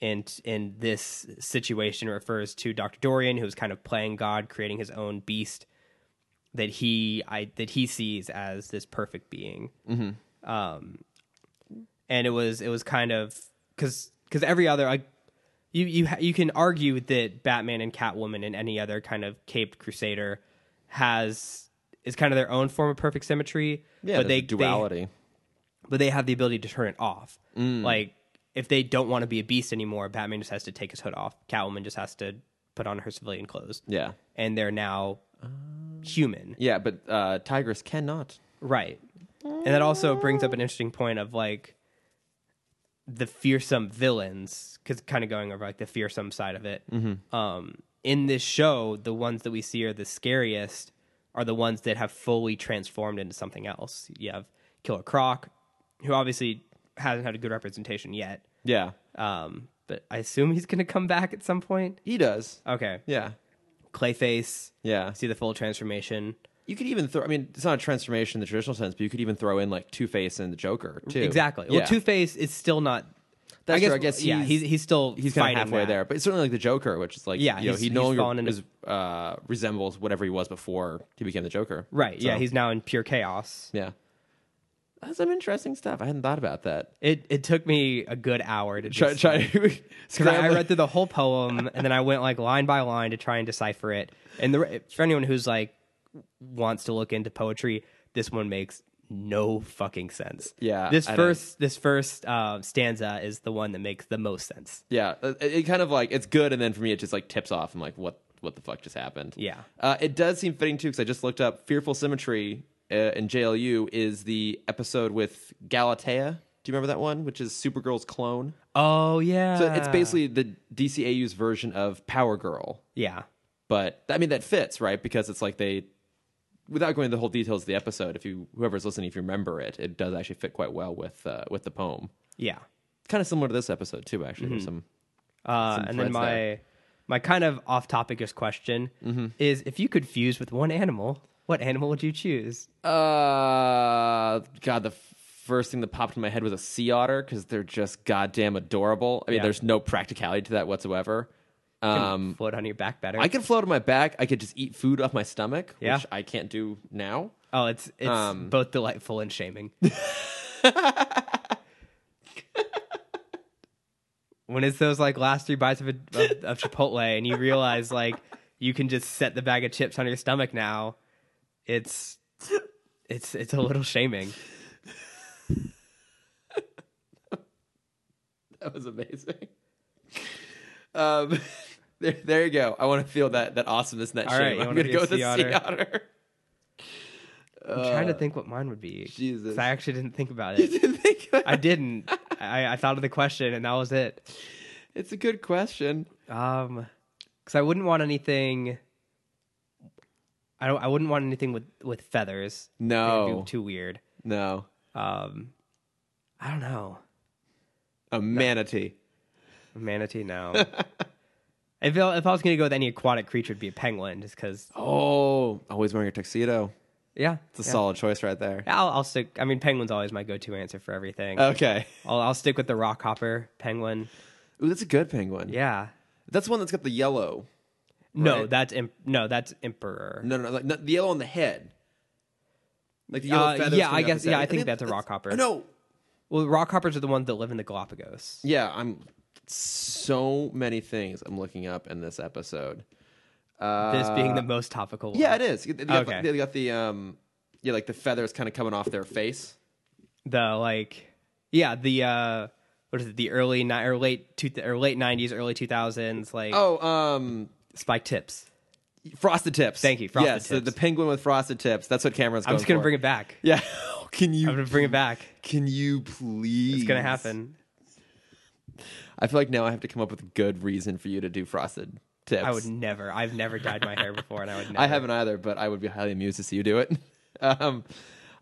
S2: and in this situation refers to Doctor Dorian, who's kind of playing God, creating his own beast that he I that he sees as this perfect being. Um, and it was it was kind of because because every other like you you ha- you can argue that Batman and Catwoman and any other kind of caped crusader has is kind of their own form of perfect symmetry.
S1: yeah, there's
S2: but they
S1: a duality.
S2: they but they have the ability to turn it off. Like if they don't want to be a beast anymore, Batman just has to take his hood off. Catwoman just has to put on her civilian clothes.
S1: yeah.
S2: and they're now human.
S1: Yeah, but uh, Tigress cannot.
S2: Right. And that also brings up an interesting point of like the fearsome villains, because kind of going over like the fearsome side of it. Um, in this show, the ones that we see are the scariest are the ones that have fully transformed into something else. You have Killer Croc, who obviously hasn't had a good representation yet,
S1: Yeah,
S2: um, but I assume he's going to come back at some point.
S1: he does.
S2: Okay.
S1: Yeah,
S2: Clayface,
S1: yeah.
S2: see the full transformation.
S1: You could even throw. I mean, it's not a transformation in the traditional sense, but you could even throw in like Two Face and the Joker too.
S2: Exactly.
S1: Yeah.
S2: Well, Two Face is still not.
S1: That's
S2: I guess,
S1: true. I guess
S2: yeah,
S1: he's-
S2: he's he's still
S1: He's kind
S2: fighting
S1: of halfway
S2: that.
S1: there, but it's certainly like the Joker, which is like
S2: Yeah,
S1: you know,
S2: he's-
S1: he
S2: he's
S1: no
S2: fallen
S1: longer
S2: into-
S1: is, uh, resembles whatever he was before he became the Joker.
S2: Right. Yeah,
S1: So,
S2: he's now in pure chaos.
S1: yeah. That's some interesting stuff. I hadn't thought about that.
S2: It it took me a good hour to
S1: Try,
S2: just,
S1: try
S2: because I, I
S1: scrambling.
S2: read through the whole poem and then I went like line by line to try and decipher it. And the, for anyone who's like wants to look into poetry, this one makes no fucking sense.
S1: Yeah,
S2: This
S1: I don't-
S2: first this first uh, stanza is the one that makes the most sense.
S1: Yeah, uh, it, it kind of like it's good, and then for me, it just like tips off. I'm like, what what the fuck just happened?
S2: Yeah.
S1: uh, it does seem fitting too because I just looked up "Fearful Symmetry" uh, in JLU is the episode with Galatea. Do you remember that one? Which is Supergirl's clone.
S2: Oh yeah.
S1: So it's basically the DCAU's version of Power Girl,
S2: yeah.
S1: but I mean that fits right because it's like they. Without going into the whole details of the episode, if you whoever's listening, if you remember it, it does actually fit quite well with uh, with the poem.
S2: Yeah.
S1: Kind of similar to this episode too, actually. There's some
S2: Uh,
S1: some
S2: and then
S1: threads
S2: my
S1: there. Mm-hmm.
S2: my kind of off topic question is if you could fuse with one animal, what animal would you choose?
S1: Uh, God, the f- first thing that popped in my head was a sea otter because they're just goddamn adorable. I mean,
S2: Yeah.
S1: there's no practicality to that whatsoever. Um,
S2: float on your back better.
S1: I could float on my back. I could just eat food off my stomach,
S2: Yeah.
S1: which I can't do now.
S2: oh, it's it's
S1: um,
S2: both delightful and shaming. when it's those like last three bites of, a, of, of Chipotle and you realize like you can just set the bag of chips on your stomach now, it's it's it's a little shaming.
S1: That was amazing. Um, there, there you go. I want to feel that that awesomeness, and that
S2: All
S1: shame.
S2: right, you
S1: I'm
S2: wanna
S1: gonna
S2: be a
S1: go with
S2: sea
S1: the sea
S2: otter?
S1: otter.
S2: I'm trying to think what mine would be.
S1: Uh, Jesus.
S2: 'Cause I actually didn't think about
S1: You
S2: it.
S1: didn't think about
S2: I
S1: it.
S2: didn't. I, I thought of the question and that was it.
S1: It's a good question.
S2: Um, because I wouldn't want anything. I don't. I wouldn't want anything with with feathers. That would
S1: No,
S2: be too weird.
S1: no,
S2: Um, I don't know.
S1: a manatee.
S2: A manatee, no. if I, if I was gonna go with any aquatic creature, it'd be a penguin, just because.
S1: Oh, always wearing a tuxedo.
S2: Yeah,
S1: It's a
S2: yeah.
S1: solid choice right there.
S2: I'll, I'll stick. I mean, penguin's always my go-to answer for everything.
S1: Okay.
S2: I'll, I'll stick with the rock hopper penguin.
S1: Ooh, that's a good penguin.
S2: Yeah.
S1: That's one that's got the yellow.
S2: No,
S1: Right.
S2: that's imp- no, that's emperor.
S1: No, no, no, like, not the yellow on the head. Like the
S2: Uh,
S1: yellow feathers.
S2: yeah,
S1: coming
S2: I
S1: off
S2: guess-
S1: his head.
S2: yeah, I think that's a rockhopper.
S1: No,
S2: Well, rock hoppers are the ones that live in the Galapagos.
S1: yeah, I'm so many things I'm looking up in this episode. Uh,
S2: This being the most topical. One.
S1: yeah, it is. They got,
S2: Okay.
S1: they got the um, yeah, like the feathers kind of coming off their face.
S2: the like yeah the uh what is it the early ni- or late two or late 90s early 2000s like
S1: Oh, um,
S2: spike tips
S1: frosted tips.
S2: Thank you, frosted
S1: yes, the-
S2: tips.
S1: the penguin with frosted tips. That's what Cameron's.
S2: i'm
S1: Going
S2: just gonna
S1: for.
S2: bring it back
S1: Yeah, can
S2: i'm
S1: you
S2: gonna bring it back
S1: can you please?
S2: it's gonna happen
S1: I feel like now I have to come up with a good reason for you to do frosted tips.
S2: i would never i've never dyed my hair before and i would never
S1: I haven't either, but I would be highly amused to see you do it. Um,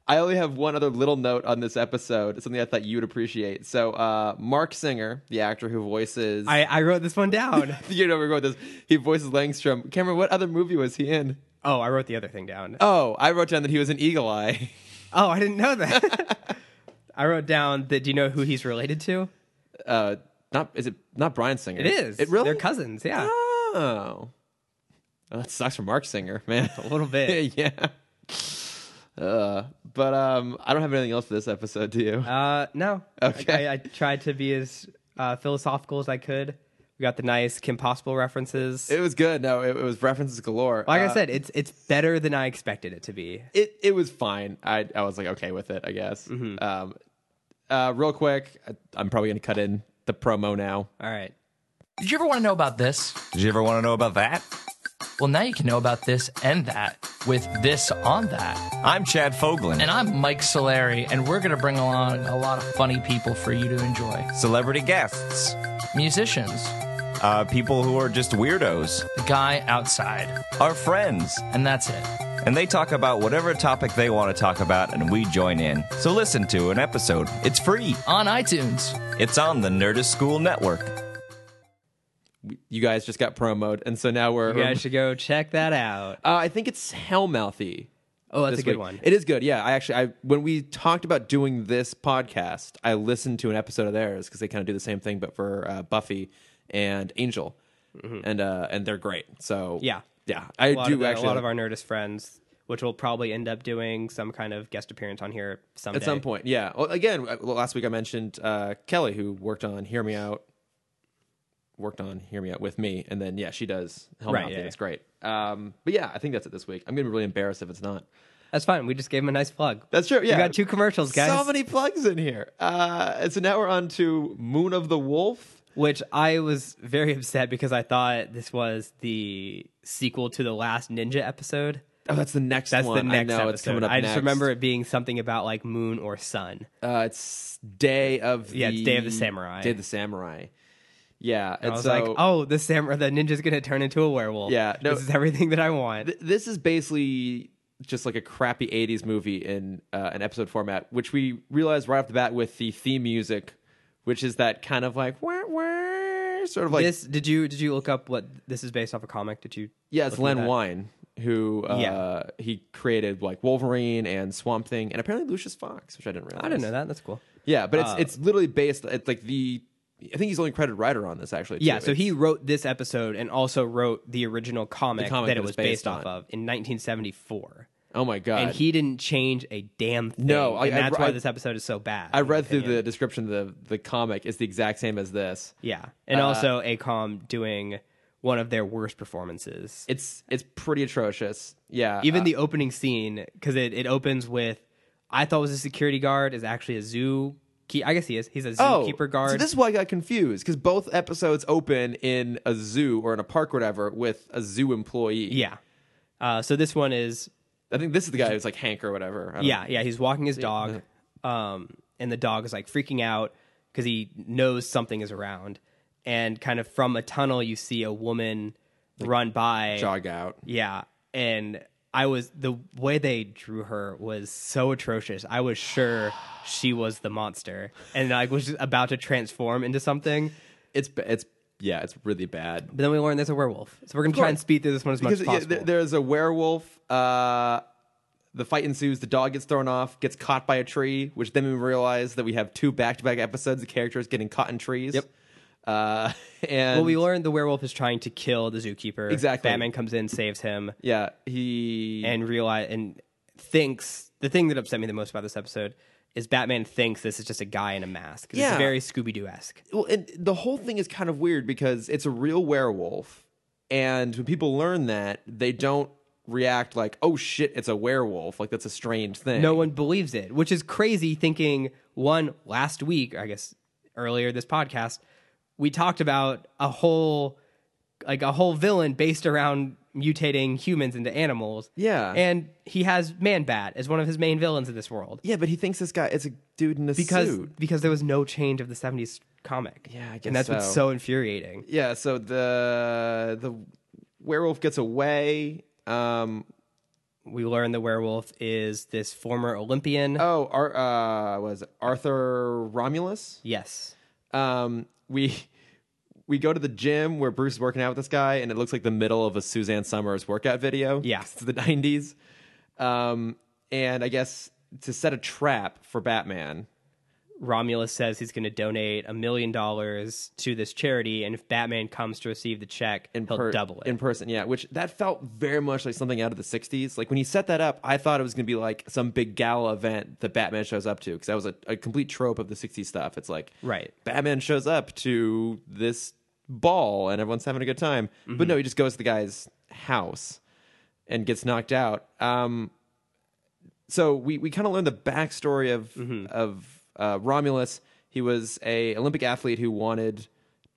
S1: I only have one other little note on this episode, something I thought you would appreciate. So, uh, Mark Singer, the actor who voices,
S2: I, I wrote this one down
S1: you know, we're going with this. He voices Langstrom. Cameron, what other movie was he in?
S2: oh i wrote the other thing down
S1: Oh, I wrote down that he was in Eagle Eye.
S2: oh i didn't know that i wrote down that do you know who he's related to
S1: Uh, not is it not Brian Singer?
S2: it is
S1: It really
S2: they're cousins yeah
S1: Oh. Well, that sucks for Mark Singer, man.
S2: a little bit
S1: yeah. Uh, but um, I don't have anything else for this episode. Do you?
S2: Uh, no.
S1: Okay.
S2: I, I tried to be as uh, philosophical as I could. We got the nice Kim Possible references.
S1: It was good. No, it, it was references galore.
S2: like
S1: Uh,
S2: I said, it's it's better than I expected it to be.
S1: it it was fine. I I was like okay with it. I guess.
S2: Mm-hmm.
S1: Um, uh, real quick, I, I'm probably gonna cut in the promo now.
S2: All right.
S3: Did you ever want to know about this?
S4: Did you ever want to know about that?
S3: Well, now you can know about this and that with this on that.
S4: I'm Chad Foglin,
S3: And I'm Mike Soleri, and we're going to bring along a lot of funny people for you to enjoy.
S4: celebrity guests,
S3: Musicians,
S4: uh, people who are just weirdos,
S3: the guy outside,
S4: our friends,
S3: and that's it.
S4: and they talk about whatever topic they want to talk about, and we join in. So listen to an episode. It's free.
S3: On iTunes.
S4: It's on the Nerdist School Network.
S1: You guys just got promoed, and so now we're.
S2: You guys should go check that out.
S1: uh, I think it's Hellmouthy.
S2: Oh, that's
S1: this
S2: a good
S1: week.
S2: one.
S1: It is good. Yeah, I actually, I when we talked about doing this podcast, I listened to an episode of theirs because they kind of do the same thing, but for uh, Buffy and Angel, and uh, and they're great. So
S2: Mm-hmm. Yeah.
S1: yeah, I
S2: A lot, of,
S1: do
S2: the-
S1: actually
S2: a lot of our Nerdist friends, which will probably end up doing some kind of guest appearance on here someday.
S1: At some point, yeah. Well, again, uh, last week I mentioned uh, Kelly, who worked on "Hear Me Out," worked on "Hear Me Out" with me, and then yeah, she does Hellmouth.
S2: Right,
S1: and
S2: yeah,
S1: it's great. Um, but yeah, I think that's it this week. I'm gonna be really embarrassed if it's not.
S2: That's fine. We just gave him a nice plug.
S1: That's true. Yeah,
S2: We got two commercials, guys.
S1: So many plugs in here. Uh, and so now we're on to Moon of the Wolf.
S2: Which I was very upset because I thought this was the sequel to the last Ninja episode.
S1: Oh, that's the next
S2: That's
S1: one.
S2: the next
S1: I know
S2: episode.
S1: it's coming up.
S2: I just
S1: next.
S2: remember it being something about like moon or sun.
S1: uh, it's Day of
S2: Yeah,
S1: the
S2: it's Day of the Samurai.
S1: Day of the Samurai. Yeah, and
S2: I was
S1: so
S2: like, oh, the samurai, the ninja's gonna turn into a werewolf.
S1: Yeah, no-
S2: this is everything that I want.
S1: th- this is basically just like a crappy 80s movie in uh, an episode format which we realized right off the bat with the theme music which is that kind of like wah, wah, sort of like
S2: this did you did you look up what this is based off a comic? Did you?
S1: yeah it's
S2: look
S1: len
S2: into that?
S1: wein who uh,
S2: Yeah.
S1: he created like wolverine and swamp thing and apparently lucius fox which i didn't realize
S2: I didn't know that. That's cool.
S1: yeah but it's it's literally based it's like the I think he's the only credited writer on this actually.
S2: Yeah,
S1: too.
S2: so he wrote this episode and also wrote the original comic,
S1: The comic
S2: that
S1: that
S2: it
S1: it's
S2: was based,
S1: based
S2: off
S1: on.
S2: of in 1974.
S1: oh my god,
S2: and he didn't change a damn thing.
S1: No, I-
S2: and
S1: I-
S2: that's why
S1: I-
S2: this episode is so bad.
S1: I
S2: in my
S1: read through
S2: opinion.
S1: the description of the the comic. It's the exact same as this.
S2: yeah, and
S1: Uh,
S2: also Acom doing one of their worst performances.
S1: It's it's pretty atrocious. Yeah,
S2: Even
S1: uh,
S2: the opening scene because it, it opens with I thought was a security guard is actually a zoo. Key, I guess he is. He's a zookeeper guard.
S1: Oh, uh, So this is why I got confused because both episodes open in a zoo or in a park, or whatever, with a zoo employee.
S2: yeah. Uh, so this one is
S1: I think this is the guy who's like Hank or whatever. I don't
S2: Yeah, yeah, he's walking his dog, um, and the dog is like freaking out because he knows something is around, and kind of from a tunnel you see a woman run by.
S1: jog out.
S2: Yeah, and I was the way they drew her was so atrocious. I was sure she was the monster, and I was just about to transform into something.
S1: It's ba- it's yeah, it's really bad.
S2: But then we learned there's a werewolf, so we're gonna try and
S1: course.
S2: speed through this one as much as
S1: Because yeah,
S2: possible.
S1: there, there's a werewolf. Uh, the fight ensues. The dog gets thrown off, gets caught by a tree, which then we realize that we have two back-to-back episodes of characters getting caught in trees. Yep. Uh, and
S2: well, we learned the werewolf is trying to kill the zookeeper.
S1: Exactly.
S2: Batman comes in, saves him.
S1: yeah, he
S2: and realize and thinks the thing that upset me the most about this episode is Batman thinks this is just a guy in a mask. It's
S1: Yeah.
S2: very Scooby Doo esque.
S1: well, and the whole thing is kind of weird because it's a real werewolf, and when people learn that, they don't react like, "Oh shit, it's a werewolf!" Like that's a strange thing.
S2: No one believes it, which is crazy. Thinking one last week, I guess earlier this podcast, we talked about a whole like a whole villain based around mutating humans into animals.
S1: Yeah.
S2: and he has Man Bat as one of his main villains in this world
S1: Yeah, but he thinks this guy. It's a dude in a
S2: because
S1: suit.
S2: because there was no change of the '70s comic.
S1: Yeah, I guess
S2: and that's what's
S1: so.
S2: so infuriating.
S1: yeah so the the werewolf gets away um
S2: we learn the werewolf is this former Olympian.
S1: oh Ar- uh was it arthur romulus
S2: Yes.
S1: um we we go to the gym where bruce is working out with this guy and it looks like the middle of a suzanne summers workout video
S2: Yeah.
S1: 'cause it's the 90s um and i guess to set a trap for batman
S2: Romulus says he's going to donate a million dollars to this charity, and if Batman comes to receive the check,
S1: in
S2: he'll
S1: per-
S2: double it.
S1: in person. Yeah, which that felt very much like something out of the '60s. Like when he set that up, I thought it was going to be like some big gala event that Batman shows up to, because that was a, a complete trope of the '60s stuff. It's like
S2: Right.
S1: Batman shows up to this ball and everyone's having a good time,
S2: Mm-hmm.
S1: but no, he just goes to the guy's house and gets knocked out. Um, so we, we kind of learn the backstory of
S2: Mm-hmm.
S1: of uh, Romulus. He was a Olympic athlete who wanted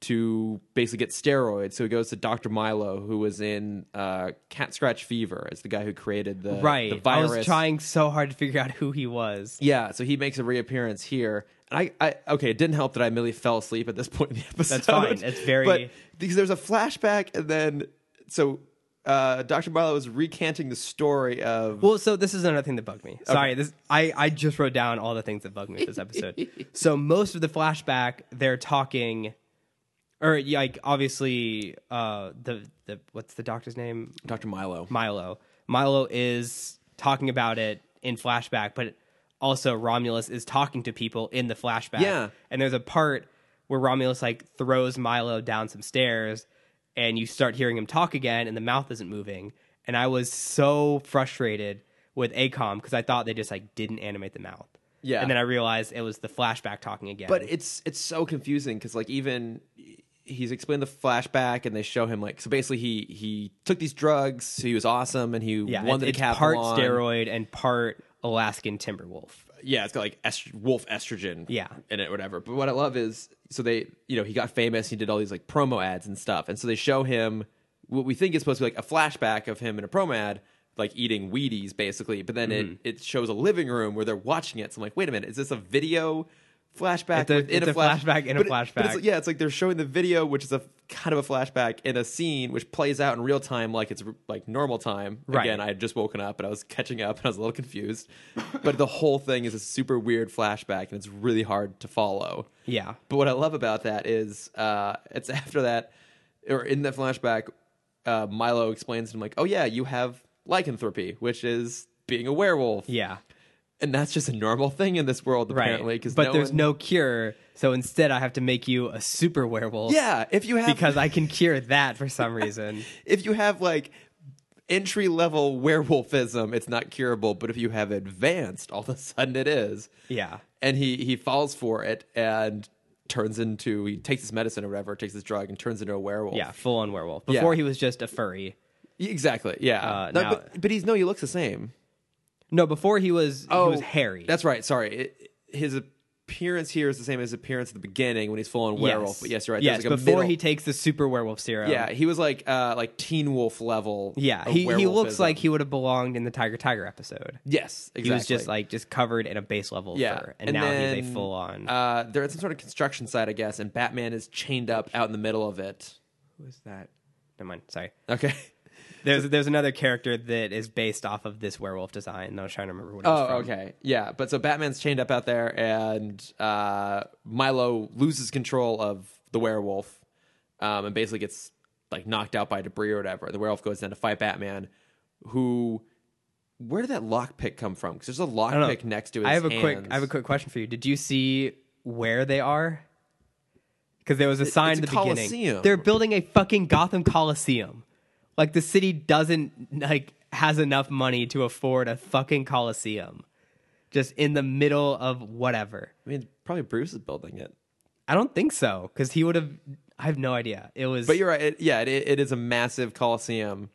S1: to basically get steroids, so he goes to Doctor Milo, who was in uh, cat scratch fever, as the guy who created the
S2: right.
S1: the virus.
S2: I was trying so hard to figure out who he was.
S1: Yeah, so he makes a reappearance here. And I, I okay, it didn't help that I merely fell asleep at this point in the episode.
S2: fine. It's very-
S1: but because there's a flashback and then so uh, Dr. Milo is recanting the story of
S2: Well, so this is another thing that bugged me. Sorry, this I, I just wrote down all the things that bugged me with this episode. so most of the flashback, they're talking, or yeah, like obviously, uh, the the what's the doctor's name?
S1: Dr. Milo.
S2: Milo. Milo is talking about it in flashback, but also Romulus is talking to people in the flashback.
S1: Yeah.
S2: And there's a part where Romulus like throws Milo down some stairs and you start hearing him talk again and the mouth isn't moving. And I was so frustrated with ACOM because I thought they just like didn't animate the mouth.
S1: Yeah.
S2: And then I realized it was the flashback talking again.
S1: But it's it's so confusing because like even he's explained the flashback and they show him like so basically he he took these drugs, he was awesome and he
S2: yeah,
S1: won
S2: it's,
S1: the
S2: it's part
S1: decathlon.
S2: steroid and part Alaskan timber wolf.
S1: yeah, it's got like est- wolf estrogen,
S2: Yeah.
S1: in it, whatever. But what I love is, so they, you know, he got famous. He did all these like promo ads and stuff, and so they show him what we think is supposed to be like a flashback of him in a promo ad, like eating Wheaties, basically. But then
S2: Mm-hmm.
S1: it it shows a living room where they're watching it. So I'm like, wait a minute, is this a video? Flashback
S2: It's a-
S1: within
S2: it's a
S1: flash-
S2: flashback in a
S1: But it- but it's
S2: flashback.
S1: like- yeah, it's like they're showing the video, which is a kind of a flashback in a scene, which plays out in real time, like it's like normal time.
S2: Right.
S1: Again, I had just woken up and I was catching up and I was a little confused, but the whole thing is a super weird flashback and it's really hard to follow.
S2: Yeah.
S1: But what I love about that is uh, it's after that, or in the flashback, uh, Milo explains to him like, "Oh yeah, you have lycanthropy, which is being a werewolf."
S2: Yeah.
S1: and that's just a normal thing in this world apparently.
S2: right?
S1: Because
S2: But there's
S1: one-
S2: no cure, so instead I have to make you a super werewolf.
S1: yeah. If you have
S2: because I can cure that for some reason.
S1: if you have like entry level werewolfism, it's not curable. But if you have advanced, all of a sudden it is.
S2: Yeah.
S1: And he he falls for it and turns into he takes his medicine or whatever, takes his drug and turns into a werewolf.
S2: Yeah, full on werewolf.
S1: Yeah.
S2: Before he was just a furry.
S1: Exactly. Yeah.
S2: Uh,
S1: No,
S2: now-
S1: but, but he's no, he looks the same. Oh,
S2: No, before he was he was hairy.
S1: That's right. Sorry. It, his appearance here is the same as his appearance at the beginning when he's full on werewolf. But yes, you're right.
S2: Yes,
S1: There's like a
S2: before
S1: middle-
S2: he takes the super werewolf serum.
S1: yeah, he was like uh like Teen Wolf level.
S2: yeah.
S1: of
S2: He he looks
S1: werewolfism.
S2: like he would have belonged in the Tiger Tiger episode.
S1: yes, exactly.
S2: He was just like just covered in a base level of fur, and, now he's a
S1: then,
S2: full on.
S1: Uh, they're at some sort of construction site, I guess, and Batman is chained up out in the middle of it.
S2: Who is that? Never mind. Sorry.
S1: Okay.
S2: There's there's another character that is based off of this werewolf design. though I was trying to remember what. It was
S1: Oh,
S2: from.
S1: okay. Yeah, but so Batman's chained up out there, and uh, Milo loses control of the werewolf, um, and basically gets like knocked out by debris or whatever. The werewolf goes down to fight Batman, who. Where did that lockpick come from? Because there's a
S2: I don't know.
S1: lockpick next to his.
S2: I have a quick.
S1: hands.
S2: I have a quick question for you. Did you see where they are? Because there was a sign
S1: it's
S2: at
S1: a
S2: the beginning.
S1: coliseum.
S2: They're building a fucking Gotham Coliseum. Like the city doesn't like has enough money to afford a fucking coliseum, just in the middle of whatever.
S1: I mean, probably Bruce is building it.
S2: I don't think so because he would have. I have no idea. It was.
S1: But you're right. It, yeah, it, it is a massive coliseum.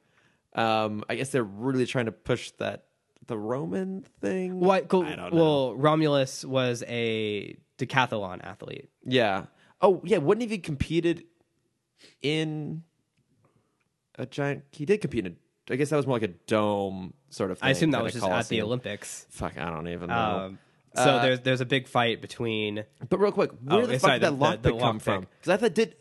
S1: Um, I guess they're really trying to push that the Roman thing.
S2: What? Cool. Well, Romulus was a decathlon athlete.
S1: Yeah. Oh, yeah. Wouldn't he have competed in a giant? He did compete in. a I guess that was more like a dome sort of. thing.
S2: I assume that
S1: than
S2: was
S1: a
S2: just at the
S1: coliseum.
S2: Olympics.
S1: Fuck, I don't even know.
S2: Um, so there's there's a big fight between
S1: but real quick, where
S2: oh,
S1: the fuck
S2: sorry,
S1: did
S2: the-
S1: that lockpick
S2: the- the
S1: come
S2: lockpick.
S1: from? Because I thought did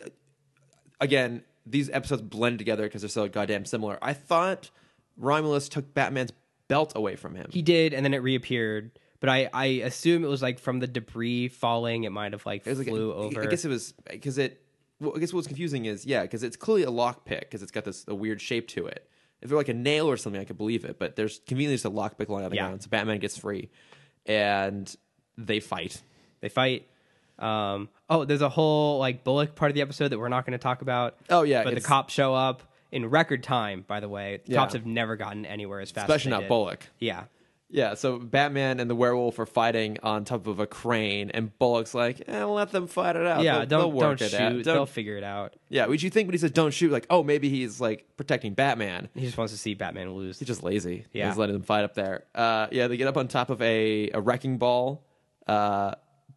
S1: again these episodes blend together because they're so goddamn similar. I thought Romulus took Batman's belt away from him.
S2: he did, and then it reappeared. But I I assume it was like from the debris falling. It might have like
S1: It was like-
S2: flew
S1: I-
S2: over.
S1: I guess it was because it. Well, I guess what's confusing is yeah, because it's clearly a lockpick because it's got this a weird shape to it. If it were like a nail or something, I could believe it. But there's conveniently just a lockpick lying on the
S2: Yeah.
S1: ground, so Batman gets free, and they fight.
S2: they fight. Um, oh, there's a whole like Bullock part of the episode that we're not going to talk about.
S1: Oh, yeah,
S2: but the
S1: it's-
S2: cops show up in record time. By the way, the
S1: Yeah.
S2: cops have never gotten anywhere as fast,
S1: Especially
S2: as they
S1: not Uh,
S2: did.
S1: Bullock.
S2: Yeah,
S1: Yeah, so Batman and the werewolf are fighting on top of a crane, and Bullock's like, eh, "Let them fight it out. They'll-
S2: yeah.
S1: they'll
S2: don't
S1: work
S2: don't
S1: it
S2: shoot.
S1: out. Don't-
S2: They'll figure it out.
S1: yeah." Which you think when he says "don't shoot," like, oh, maybe he's like protecting Batman.
S2: He just wants to see Batman lose.
S1: He's just lazy.
S2: Yeah.
S1: He's letting them fight up there. Uh, yeah, they get up on top of a, a wrecking ball. Uh,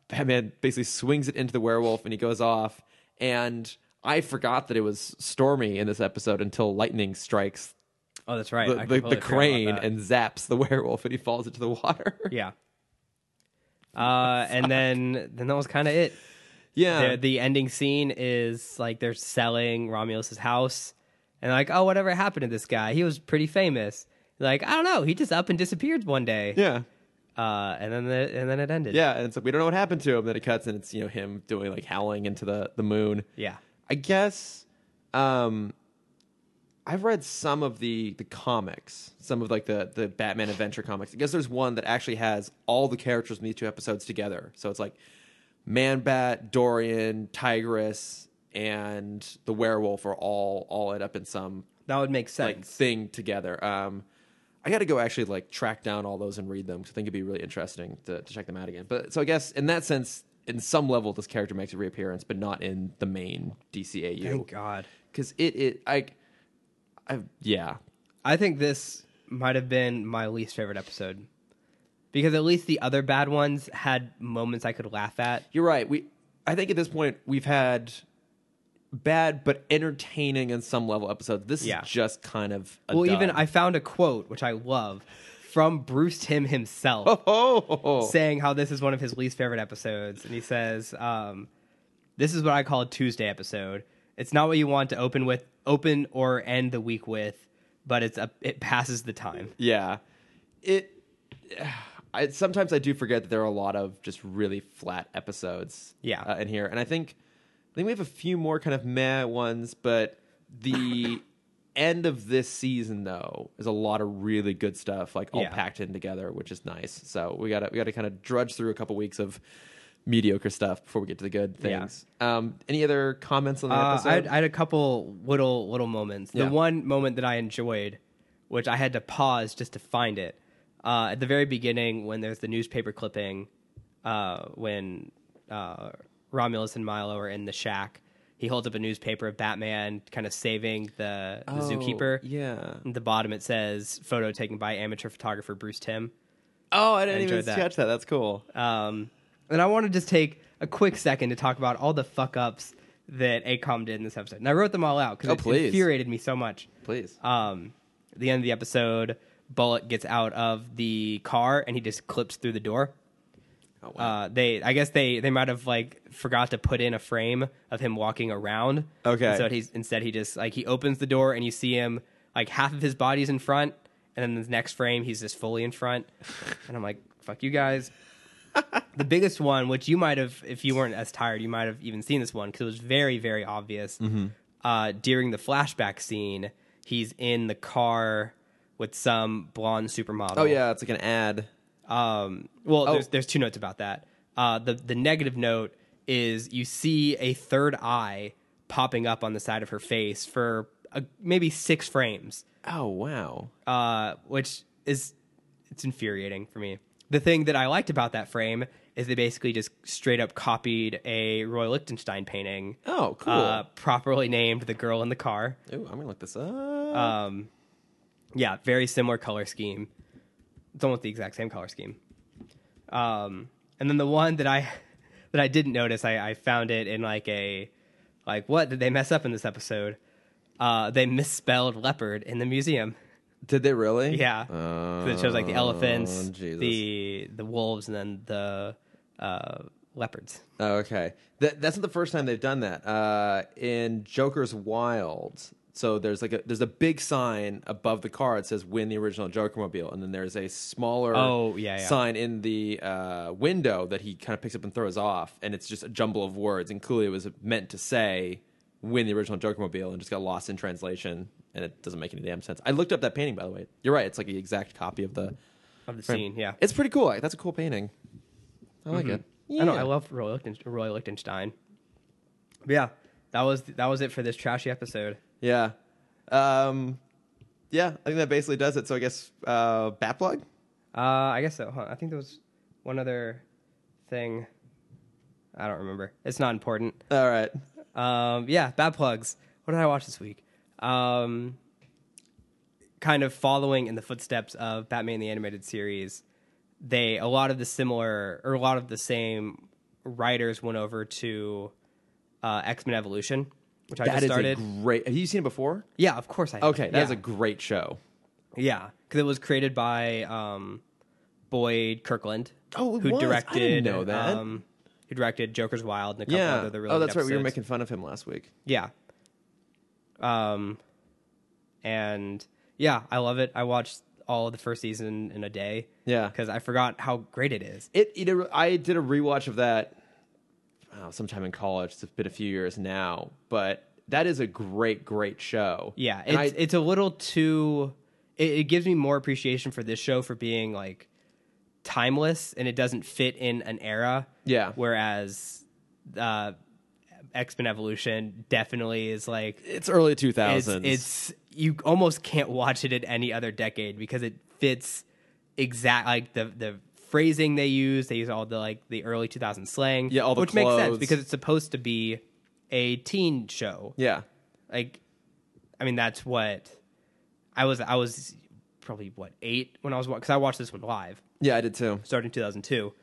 S1: Batman basically swings it into the werewolf and he goes off. And I forgot that it was stormy in this episode until lightning strikes
S2: oh, that's right.
S1: the,
S2: I
S1: the,
S2: completely
S1: the
S2: forgot about
S1: crane
S2: that.
S1: and zaps the werewolf and he falls into the water.
S2: Yeah. Uh, and then then that was kind of it.
S1: Yeah.
S2: The, the ending scene is like they're selling Romulus's house, and like, oh, whatever happened to this guy? He was pretty famous. Like, I don't know, he just up and disappeared one day.
S1: yeah.
S2: Uh, and then the, and then it ended.
S1: Yeah. And it's like, we don't know what happened to him. Then it cuts and it's, you know, him doing like howling into the, the moon.
S2: yeah.
S1: I guess um I've read some of the the comics, some of like the the Batman Adventure comics. I guess there's one that actually has all the characters in these two episodes together. So it's like Man Bat, Dorian, Tigress, and the werewolf are all all end up in some
S2: That would make
S1: like
S2: sense.
S1: thing together. Um I got to go actually like track down all those and read them because I think it'd be really interesting to, to check them out again. But so I guess in that sense, in some level, this character makes a reappearance, but not in the main DCAU
S2: Thank God.
S1: because it it I, I yeah
S2: I think this might have been my least favorite episode because at least the other bad ones had moments I could laugh at.
S1: you're right we I think at this point we've had bad but entertaining in some level episodes this
S2: Yeah.
S1: is just kind of a
S2: Well, even
S1: dud.
S2: I found a quote which I love from Bruce Tim himself.
S1: oh, ho, ho.
S2: saying how this is one of his least favorite episodes, and he says, um, "This is what I call a Tuesday episode. It's not what you want to open with, open or end the week with, but it's a, it passes the time."
S1: yeah it I sometimes I do forget that there are a lot of just really flat episodes
S2: Yeah.
S1: uh, in here and I think I think we have a few more kind of meh ones but the end of this season though is a lot of really good stuff, like all
S2: Yeah.
S1: packed in together, which is nice. So we gotta we gotta kind of drudge through a couple weeks of mediocre stuff before we get to the good
S2: Yeah.
S1: things. Um, any other comments on the
S2: Uh, I, had,
S1: episode?
S2: I had a couple little little moments. The
S1: Yeah.
S2: one moment that I enjoyed, which I had to pause just to find it, uh, at the very beginning when there's the newspaper clipping, uh, when uh, Romulus and Milo are in the shack, he holds up a newspaper of Batman kind of saving the, the
S1: Oh,
S2: zookeeper. Mm.
S1: Yeah.
S2: At the bottom it says photo taken by amateur photographer Bruce Tim.
S1: Oh, I didn't even
S2: enjoyed that.
S1: catch that. That's cool.
S2: Um, and I want to just take a quick second to talk about all the fuck ups that ACOM did in this episode. And I wrote them all out because
S1: Oh,
S2: it
S1: please.
S2: infuriated me so much.
S1: Please.
S2: Um, at the end of the episode, Bullet gets out of the car and he just clips through the door.
S1: oh, wow.
S2: Uh, they, I guess they, they might have like forgot to put in a frame of him walking around.
S1: Okay.
S2: And so he's instead he just like he opens the door and you see him like half of his body's in front, and then the next frame he's just fully in front. and I'm like, fuck you guys. the biggest one, which you might have, if you weren't as tired, you might have even seen this one because it was very, very obvious.
S1: Mm-hmm.
S2: Uh, during the flashback scene, he's in the car with some blonde supermodel.
S1: oh yeah, Oh. it's like an ad.
S2: Um, well, there's there's two notes about that. Uh, the the negative note is you see a third eye popping up on the side of her face for uh maybe six frames,
S1: Oh wow.
S2: uh, which is it's infuriating for me. The thing that I liked about that frame is they basically just straight up copied a Roy Lichtenstein painting.
S1: Oh, cool.
S2: Uh, properly named the girl in the car.
S1: Ooh, I'm gonna look this up.
S2: Um, yeah, very similar color scheme. It's almost the exact same color scheme. Um, and then the one that I that I didn't notice, I, I found it in like a like what did they mess up in this episode? Uh, they misspelled leopard in the museum.
S1: Did they really?
S2: Yeah, so it shows like the elephants,
S1: Oh, Jesus.
S2: the the wolves, and then the uh, leopards.
S1: Oh, okay. That, that's not the first time they've done that. Uh, in Joker's Wild, so there's like a there's a big sign above the car. It says "Win the original Joker mobile," and then there's a smaller
S2: Oh, yeah, yeah.
S1: sign in the uh, window that he kind of picks up and throws off, and it's just a jumble of words. And clearly, it was meant to say "Win the original Joker mobile," and just got lost in translation, and it doesn't make any damn sense. I looked up that painting, by the way. You're right; it's like the exact copy of the
S2: Of the scene, yeah.
S1: It's pretty cool. Like, That's a cool painting. I like it.
S2: Mm-hmm. I know. I love Roy, Lichten, Roy Lichtenstein. But yeah, that was that was it for this trashy episode.
S1: Yeah. Um, yeah, I think that basically does it. So I guess uh, bat plug.
S2: Uh, I guess so. Huh? I think there was one other thing. I don't remember. It's not important.
S1: All right.
S2: Um, yeah, bad plugs. What did I watch this week? Um, kind of following in the footsteps of Batman the Animated Series, they a lot of the similar or a lot of the same writers went over to uh, X Men Evolution, which I
S1: That
S2: just
S1: is
S2: started.
S1: a great. Have you seen it before?
S2: yeah, of course I. have.
S1: Okay, that's
S2: yeah.
S1: a great show.
S2: Yeah, because it was created by um, Boyd Kirkland.
S1: Oh, it was. I didn't know that.
S2: Um, who directed Joker's Wild and a couple
S1: Yeah.
S2: other really
S1: oh, that's right. We were
S2: episodes.
S1: making fun of him last week.
S2: Yeah. Um, and yeah, I love it. I watched all of the first season in a day.
S1: Yeah.
S2: because I forgot how great it is.
S1: It, you know, I did a rewatch of that oh, sometime in college. It's been a few years now, but that is a great, great show.
S2: Yeah,
S1: and
S2: it's
S1: I,
S2: it's a little too. It, it gives me more appreciation for this show for being like timeless and it doesn't fit in an era.
S1: Yeah.
S2: Whereas, uh, X Men Evolution definitely is like
S1: it's early two
S2: it's,
S1: thousands.
S2: it's you almost can't watch it in any other decade because it fits exact like the the phrasing they use. They use all the like the early 2000 slang.
S1: Yeah, all the
S2: which makes sense
S1: clothes.
S2: because it's supposed to be a teen show.
S1: yeah.
S2: Like, I mean, that's what I was. I was probably what eight when I was because I watched this one live
S1: Yeah, I did too.
S2: starting in 2002,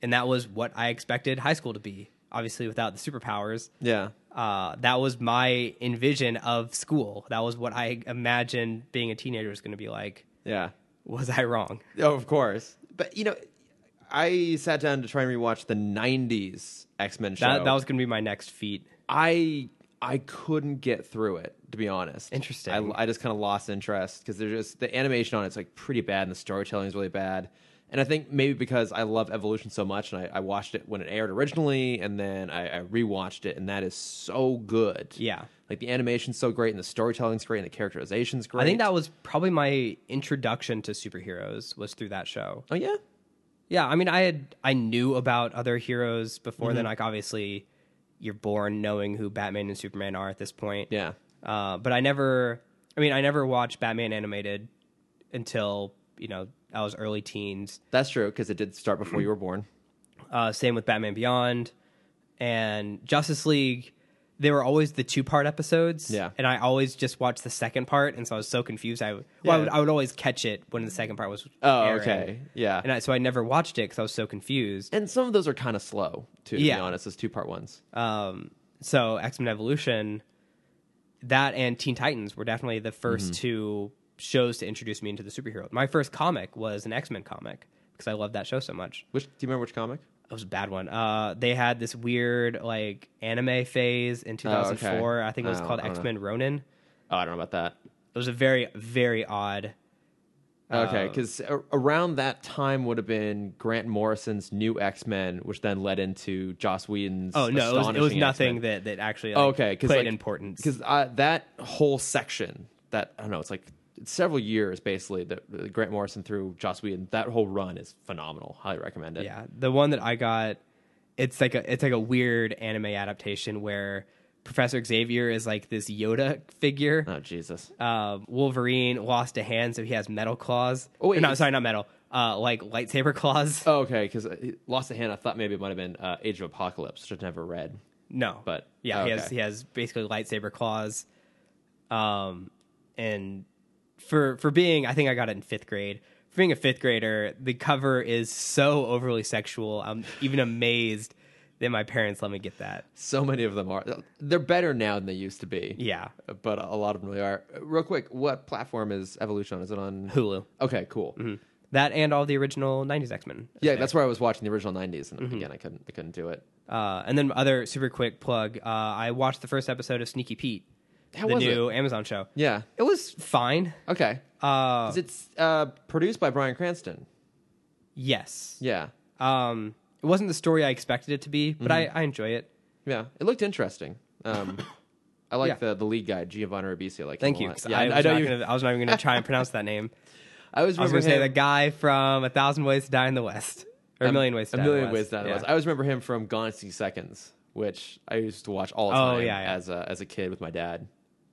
S2: and that was what I expected high school to be. Obviously, without the superpowers
S1: Yeah.
S2: uh, that was my envision of school. That was what I imagined being a teenager was going to be like.
S1: Yeah.
S2: Was I wrong?
S1: Oh, of course. But you know, I sat down to try and rewatch the '90s X Men show.
S2: That that was going to be my next feat.
S1: I I couldn't get through it to be honest.
S2: Interesting.
S1: I, I just kind of lost interest because they're just the animation on it's like pretty bad and the storytelling is really bad. And I think maybe because I love Evolution so much, and I, I watched it when it aired originally, and then I, I rewatched it, and that is so good.
S2: Yeah.
S1: like the animation's so great, and the storytelling's great, and the characterization's great.
S2: I think that was probably my introduction to superheroes was through that show.
S1: Oh yeah,
S2: Yeah, I mean, I had I knew about other heroes before then. Like obviously, you're born knowing who Batman and Superman are at this point.
S1: yeah.
S2: Uh, but I never, I mean, I never watched Batman animated until you know I was early teens.
S1: That's true because it did start before you were born.
S2: Uh, same with Batman Beyond and Justice League. They were always the two part episodes.
S1: Yeah.
S2: And I always just watched the second part. And so I was so confused. I, well, I, would,
S1: Yeah.
S2: I would always catch it when the second part was.
S1: Oh,
S2: airing.
S1: okay. Yeah.
S2: And I, so I never watched it because I was so confused.
S1: And some of those are kind of slow, too, to
S2: Yeah.
S1: be honest, those two part ones.
S2: Um, so X Men Evolution, that and Teen Titans were definitely the 1st
S1: Mm-hmm.
S2: two shows to introduce me into the superhero. My first comic was an X Men comic because I loved that show so much.
S1: Which do you remember which comic?
S2: It was a bad one. Uh, they had this weird like anime phase in 2004. Oh, I think it was
S1: Oh,
S2: called
S1: I don't
S2: X Men Ronin.
S1: Oh, I don't know about that.
S2: It was a very very odd.
S1: Okay,
S2: Um,
S1: because around that time would have been Grant Morrison's New X Men, which then led into Joss Whedon's.
S2: Oh no, it was, it was nothing that that actually like,
S1: okay, because
S2: played importance.
S1: because that whole section that I don't know, it's like several years basically that that Grant Morrison through Joss Whedon. That whole run is phenomenal. Highly recommend it.
S2: Yeah, the one that I got, it's like a it's like a weird anime adaptation where Professor Xavier is like this Yoda figure.
S1: Oh Jesus.
S2: Um, Wolverine lost a hand, so he has metal claws.
S1: Oh, wait,
S2: Or no,
S1: it's-
S2: sorry, not metal. Uh, like lightsaber claws.
S1: Oh, okay, because Lost a Hand, I thought maybe it might have been uh, Age of Apocalypse, which I've never read.
S2: no,
S1: but-
S2: yeah, he has
S1: Oh, okay.
S2: he has basically lightsaber claws. Um, and for for being, I think I got it in fifth grade. For being a fifth grader, the cover is so overly sexual. I'm even amazed that my parents let me get that.
S1: So many of them are. They're better now than they used to be.
S2: Yeah.
S1: But a lot of them really are. Real quick, what platform is Evolution on? Is it on
S2: Hulu. Mm-hmm.
S1: Okay, cool.
S2: That and all the original '90s X-Men.
S1: Yeah, that's where I was watching the original '90s, and
S2: Mm-hmm.
S1: again, I couldn't, I couldn't do it.
S2: Uh, and then other super quick plug. Uh, I watched the first episode of Sneaky Pete,
S1: How
S2: the
S1: was
S2: new Amazon show.
S1: Yeah.
S2: it was fine.
S1: Okay.
S2: Uh,
S1: 'Cause it's uh, produced by Brian Cranston.
S2: yes.
S1: Yeah,
S2: Um, it wasn't the story I expected it to be, but
S1: Mm-hmm.
S2: I, I enjoy it.
S1: yeah. It looked interesting. Um, I like
S2: Yeah.
S1: the the lead guy, Giovanni Ribisi. I Like, him
S2: Thank
S1: a
S2: you.
S1: lot.
S2: 'cause
S1: Yeah,
S2: I,
S1: I,
S2: was
S1: I know
S2: not
S1: you.
S2: gonna- I was not even going to try and pronounce that name.
S1: I always
S2: I
S1: remember
S2: was going to say
S1: him-
S2: the guy from A Thousand Ways to Die in the West, or A
S1: Um,
S2: Million Ways
S1: a
S2: to Die.
S1: million
S2: in the
S1: ways
S2: West.
S1: down
S2: Yeah.
S1: the West. I always remember him from Gone in 60 Seconds, which I used to watch all the
S2: Oh,
S1: time
S2: yeah, yeah.
S1: as a as a kid with my dad.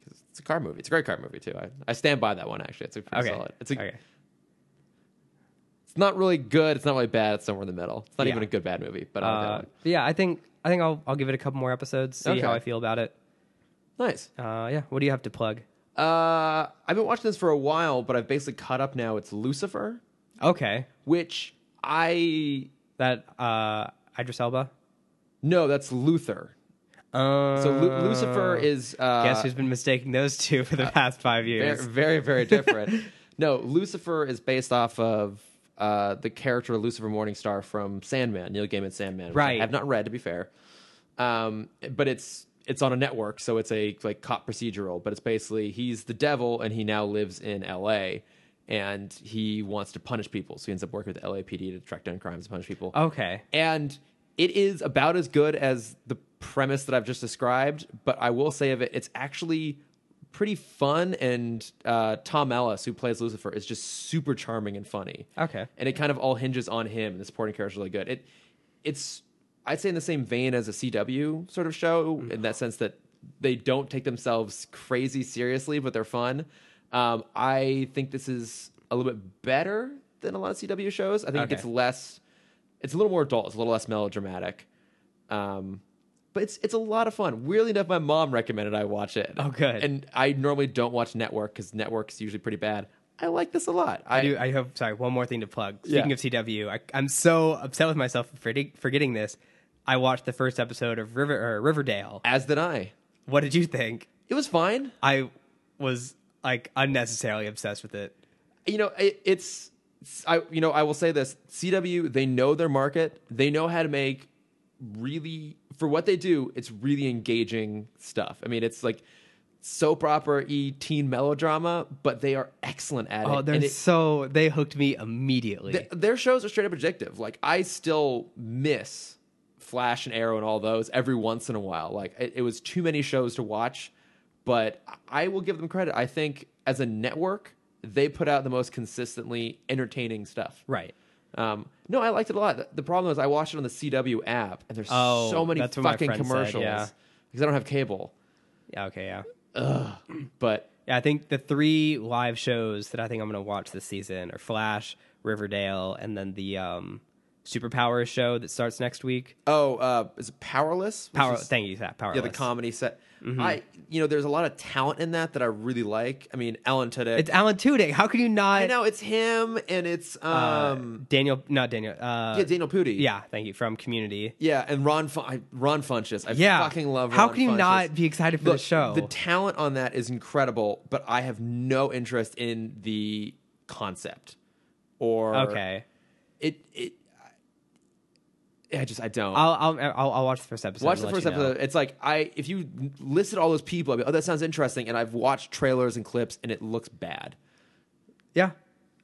S1: 'Cause It's a car movie. It's a great car movie too. I, I stand by that one actually. It's a pretty
S2: Okay.
S1: solid. It's a,
S2: okay.
S1: it's not really good. It's not really bad. It's somewhere in the middle. It's not
S2: Yeah.
S1: even a good bad movie. But I like that
S2: Uh,
S1: one.
S2: yeah, I think I think I'll I'll give it a couple more episodes, see
S1: Okay.
S2: how I feel about it.
S1: nice.
S2: Uh, yeah. What do you have to plug?
S1: Uh, I've been watching this for a while, but I've basically caught up now. It's Lucifer,
S2: Okay.
S1: which I
S2: That uh Idris Elba.
S1: no, that's Luther.
S2: Uh,
S1: So Lu- Lucifer is uh,
S2: guess who's been mistaking those two for the past five
S1: Ver-
S2: years?
S1: very, very different. no, Lucifer is based off of uh, the character Lucifer Morningstar from Sandman, Neil Gaiman's Sandman. which
S2: Right.
S1: I have not read, to be fair. Um, but it's it's on a network, so it's a like cop procedural. But it's basically he's the devil, and he now lives in L.A. And he wants to punish people, so he ends up working with the LAPD to track down crimes and punish people
S2: okay.
S1: and it is about as good as the premise that I've just described. But I will say of it, it's actually pretty fun, and uh, Tom Ellis, who plays Lucifer, is just super charming and funny.
S2: Okay.
S1: and it kind of all hinges on him, and the supporting character is really good. It, it's I'd say in the same vein as a CW sort of show in that sense that they don't take themselves crazy seriously, but they're fun. Um, I think this is a little bit better than a lot of CW shows. I think it
S2: Okay.
S1: gets less it's a little more adult. It's a little less melodramatic. Um, but it's it's a lot of fun. Weirdly enough, my mom recommended I watch it.
S2: Oh, good.
S1: And I normally don't watch Network because Network's usually pretty bad. I like this a lot. I,
S2: I do. I hope. Sorry. One more thing to plug.
S1: Yeah.
S2: Speaking of CW, I, I'm so upset with myself for forgetting- forgetting this. I watched the first episode of River or Riverdale.
S1: as did I.
S2: What did you think?
S1: It was fine.
S2: I was like unnecessarily obsessed with it.
S1: You know, it, it's it's- I you know I will say this. CW they know their market. They know how to make really for what they do. It's really engaging stuff. I mean, it's like soap opera y teen melodrama, but they are excellent at it.
S2: Oh, they're
S1: and it-
S2: so they hooked me immediately.
S1: th- their shows are straight up addictive. Like I still miss Flash and Arrow and all those every once in a while. Like it, it was too many shows to watch, but I I will give them credit. I think as a network, they put out the most consistently entertaining stuff.
S2: right.
S1: Um, no, I liked it a lot. The- The problem is I watched it on the CW app, and there's
S2: Oh,
S1: so many
S2: that's what my
S1: fucking
S2: friend said,
S1: commercials
S2: yeah.
S1: because I don't have cable.
S2: Yeah, okay, yeah.
S1: But
S2: Yeah, I think the three live shows that I think I'm going to watch this season are Flash, Riverdale, and then the um, Superpowers show that starts next week.
S1: oh, uh, is it Powerless? Which
S2: Power,
S1: is-
S2: thank you, that Powerless.
S1: Yeah, the comedy set.
S2: Mm-hmm.
S1: I, you know, there's a lot of talent in that that I really like. I mean, Alan Tudyk.
S2: It's Alan Tudyk. How could you not?
S1: I know it's him, and it's um,
S2: Daniel, not Daniel. Uh,
S1: yeah, Daniel Pooty.
S2: yeah, thank you from Community.
S1: yeah, and Ron Fun- I, Ron Funches. I
S2: Yeah,
S1: fucking love.
S2: How
S1: Ron
S2: can you
S1: Funches.
S2: not be excited for
S1: Look,
S2: the show?
S1: The talent on that is incredible, but I have no interest in the concept or
S2: okay,
S1: It it. I- I just I don't.
S2: I'll, I'll I'll I'll watch the first episode.
S1: Watch
S2: and
S1: the
S2: let
S1: first
S2: you know.
S1: episode. It's like I if you listed all those people, I'd be, oh, that sounds interesting. And I've watched trailers and clips, and it looks bad.
S2: Yeah,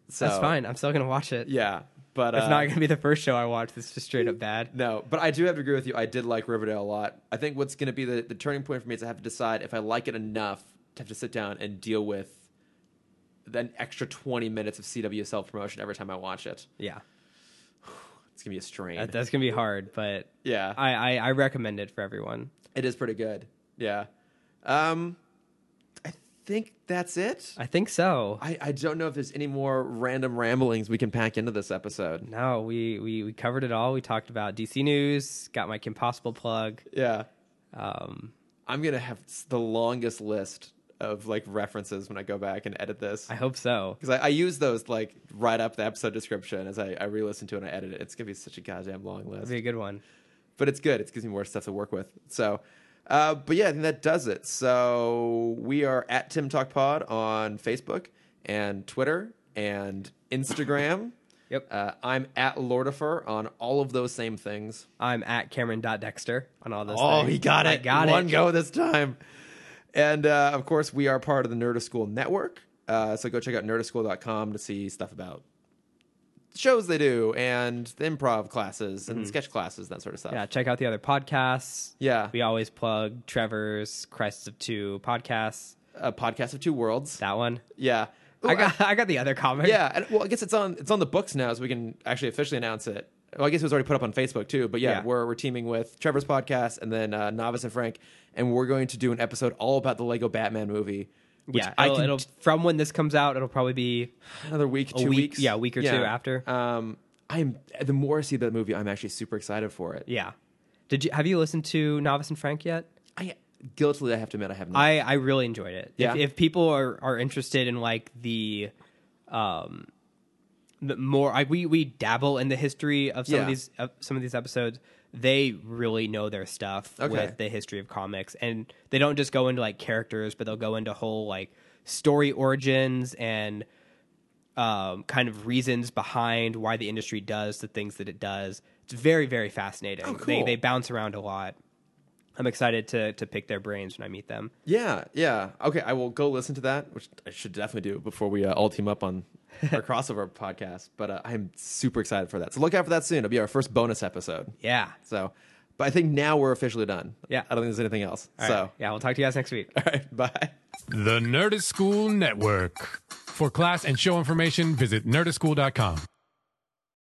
S1: So
S2: that's fine. I'm still gonna watch it.
S1: Yeah, but
S2: it's
S1: uh,
S2: not gonna be the first show I watch. It's just straight up bad.
S1: No, but I do have to agree with you. I did like Riverdale a lot. I think what's going to be the, the turning point for me is I have to decide if I like it enough to have to sit down and deal with an extra 20 minutes of CW self promotion every time I watch it.
S2: Yeah,
S1: It's going to be a strain.
S2: that, that's gonna be hard, but
S1: yeah,
S2: I, I I recommend it for everyone.
S1: it is pretty good. Yeah. Um, I think that's it.
S2: I think so.
S1: I, I don't know if there's any more random ramblings we can pack into this episode.
S2: No, we, we we covered it all. We talked about DC news. Got my Kim Possible plug.
S1: Yeah.
S2: Um,
S1: I'm going to have s- the longest list of like references when I go back and edit this.
S2: I hope so.
S1: because I, I use those like right up the episode description as I, I re-listen to it and I edit it. It's gonna be such a goddamn long
S2: It'll
S1: list,
S2: be a good one.
S1: but it's good. It gives me more stuff to work with. So, uh, but yeah, I think that does it. So we are at Tim Talk Pod on Facebook and Twitter and Instagram.
S2: Yep.
S1: Uh, I'm at Lordifer on all of those same things.
S2: I'm at Cameron Dexter on all those.
S1: Oh,
S2: things.
S1: he got it.
S2: I got
S1: One
S2: it.
S1: go this time. And uh, of course, we are part of the Nerdist School Network. Uh, so go check out nerdistschool.com to see stuff about shows they do and the improv classes and sketch classes, that sort of stuff.
S2: Mm-hmm. Yeah, check out the other podcasts.
S1: Yeah.
S2: we always plug Trevor's Crisis of Two podcasts.
S1: A podcast of two worlds.
S2: That one.
S1: Yeah. Ooh,
S2: I got I got the other comic.
S1: yeah. And, well, I guess it's on it's on the books now, so we can actually officially announce it. Well, I guess it was already put up on Facebook too, but yeah,
S2: Yeah.
S1: We're, we're teaming with Trevor's podcast and then uh, Novice and Frank, and we're going to do an episode all about the Lego Batman movie. Which
S2: yeah.
S1: I
S2: it'll-
S1: can
S2: it'll from when this comes out, it'll probably be
S1: another week,
S2: A
S1: two
S2: week-
S1: weeks,
S2: yeah, a week or two after.
S1: Um, I'm the more I see that movie, I'm actually super excited for it.
S2: yeah. Did you have you listened to Novice and Frank yet?
S1: I guiltily, I have to admit, I have not.
S2: I, I really enjoyed it.
S1: Yeah.
S2: If, if people are, are interested in like the, um, the more like we we dabble in the history of some
S1: Yeah.
S2: of these of some of these episodes, they really know their stuff
S1: Okay.
S2: with the history of comics, and they don't just go into like characters, but they'll go into whole like story origins and um, kind of reasons behind why the industry does the things that it does. It's very very fascinating.
S1: Oh,
S2: They
S1: cool.
S2: they bounce around a lot. I'm excited to to pick their brains when I meet them.
S1: yeah, yeah. Okay, I will go listen to that, which I should definitely do before we uh, all team up on our crossover podcast. But uh, I'm super excited for that. So look out for that soon. It'll be our first bonus episode.
S2: Yeah.
S1: So, but I think now we're officially done.
S2: Yeah.
S1: I don't think there's anything else.
S2: All right.
S1: so,
S2: yeah, we'll talk to you guys next week.
S1: all right, bye.
S5: The Nerdist School Network. For class and show information, visit nerdistschool.com.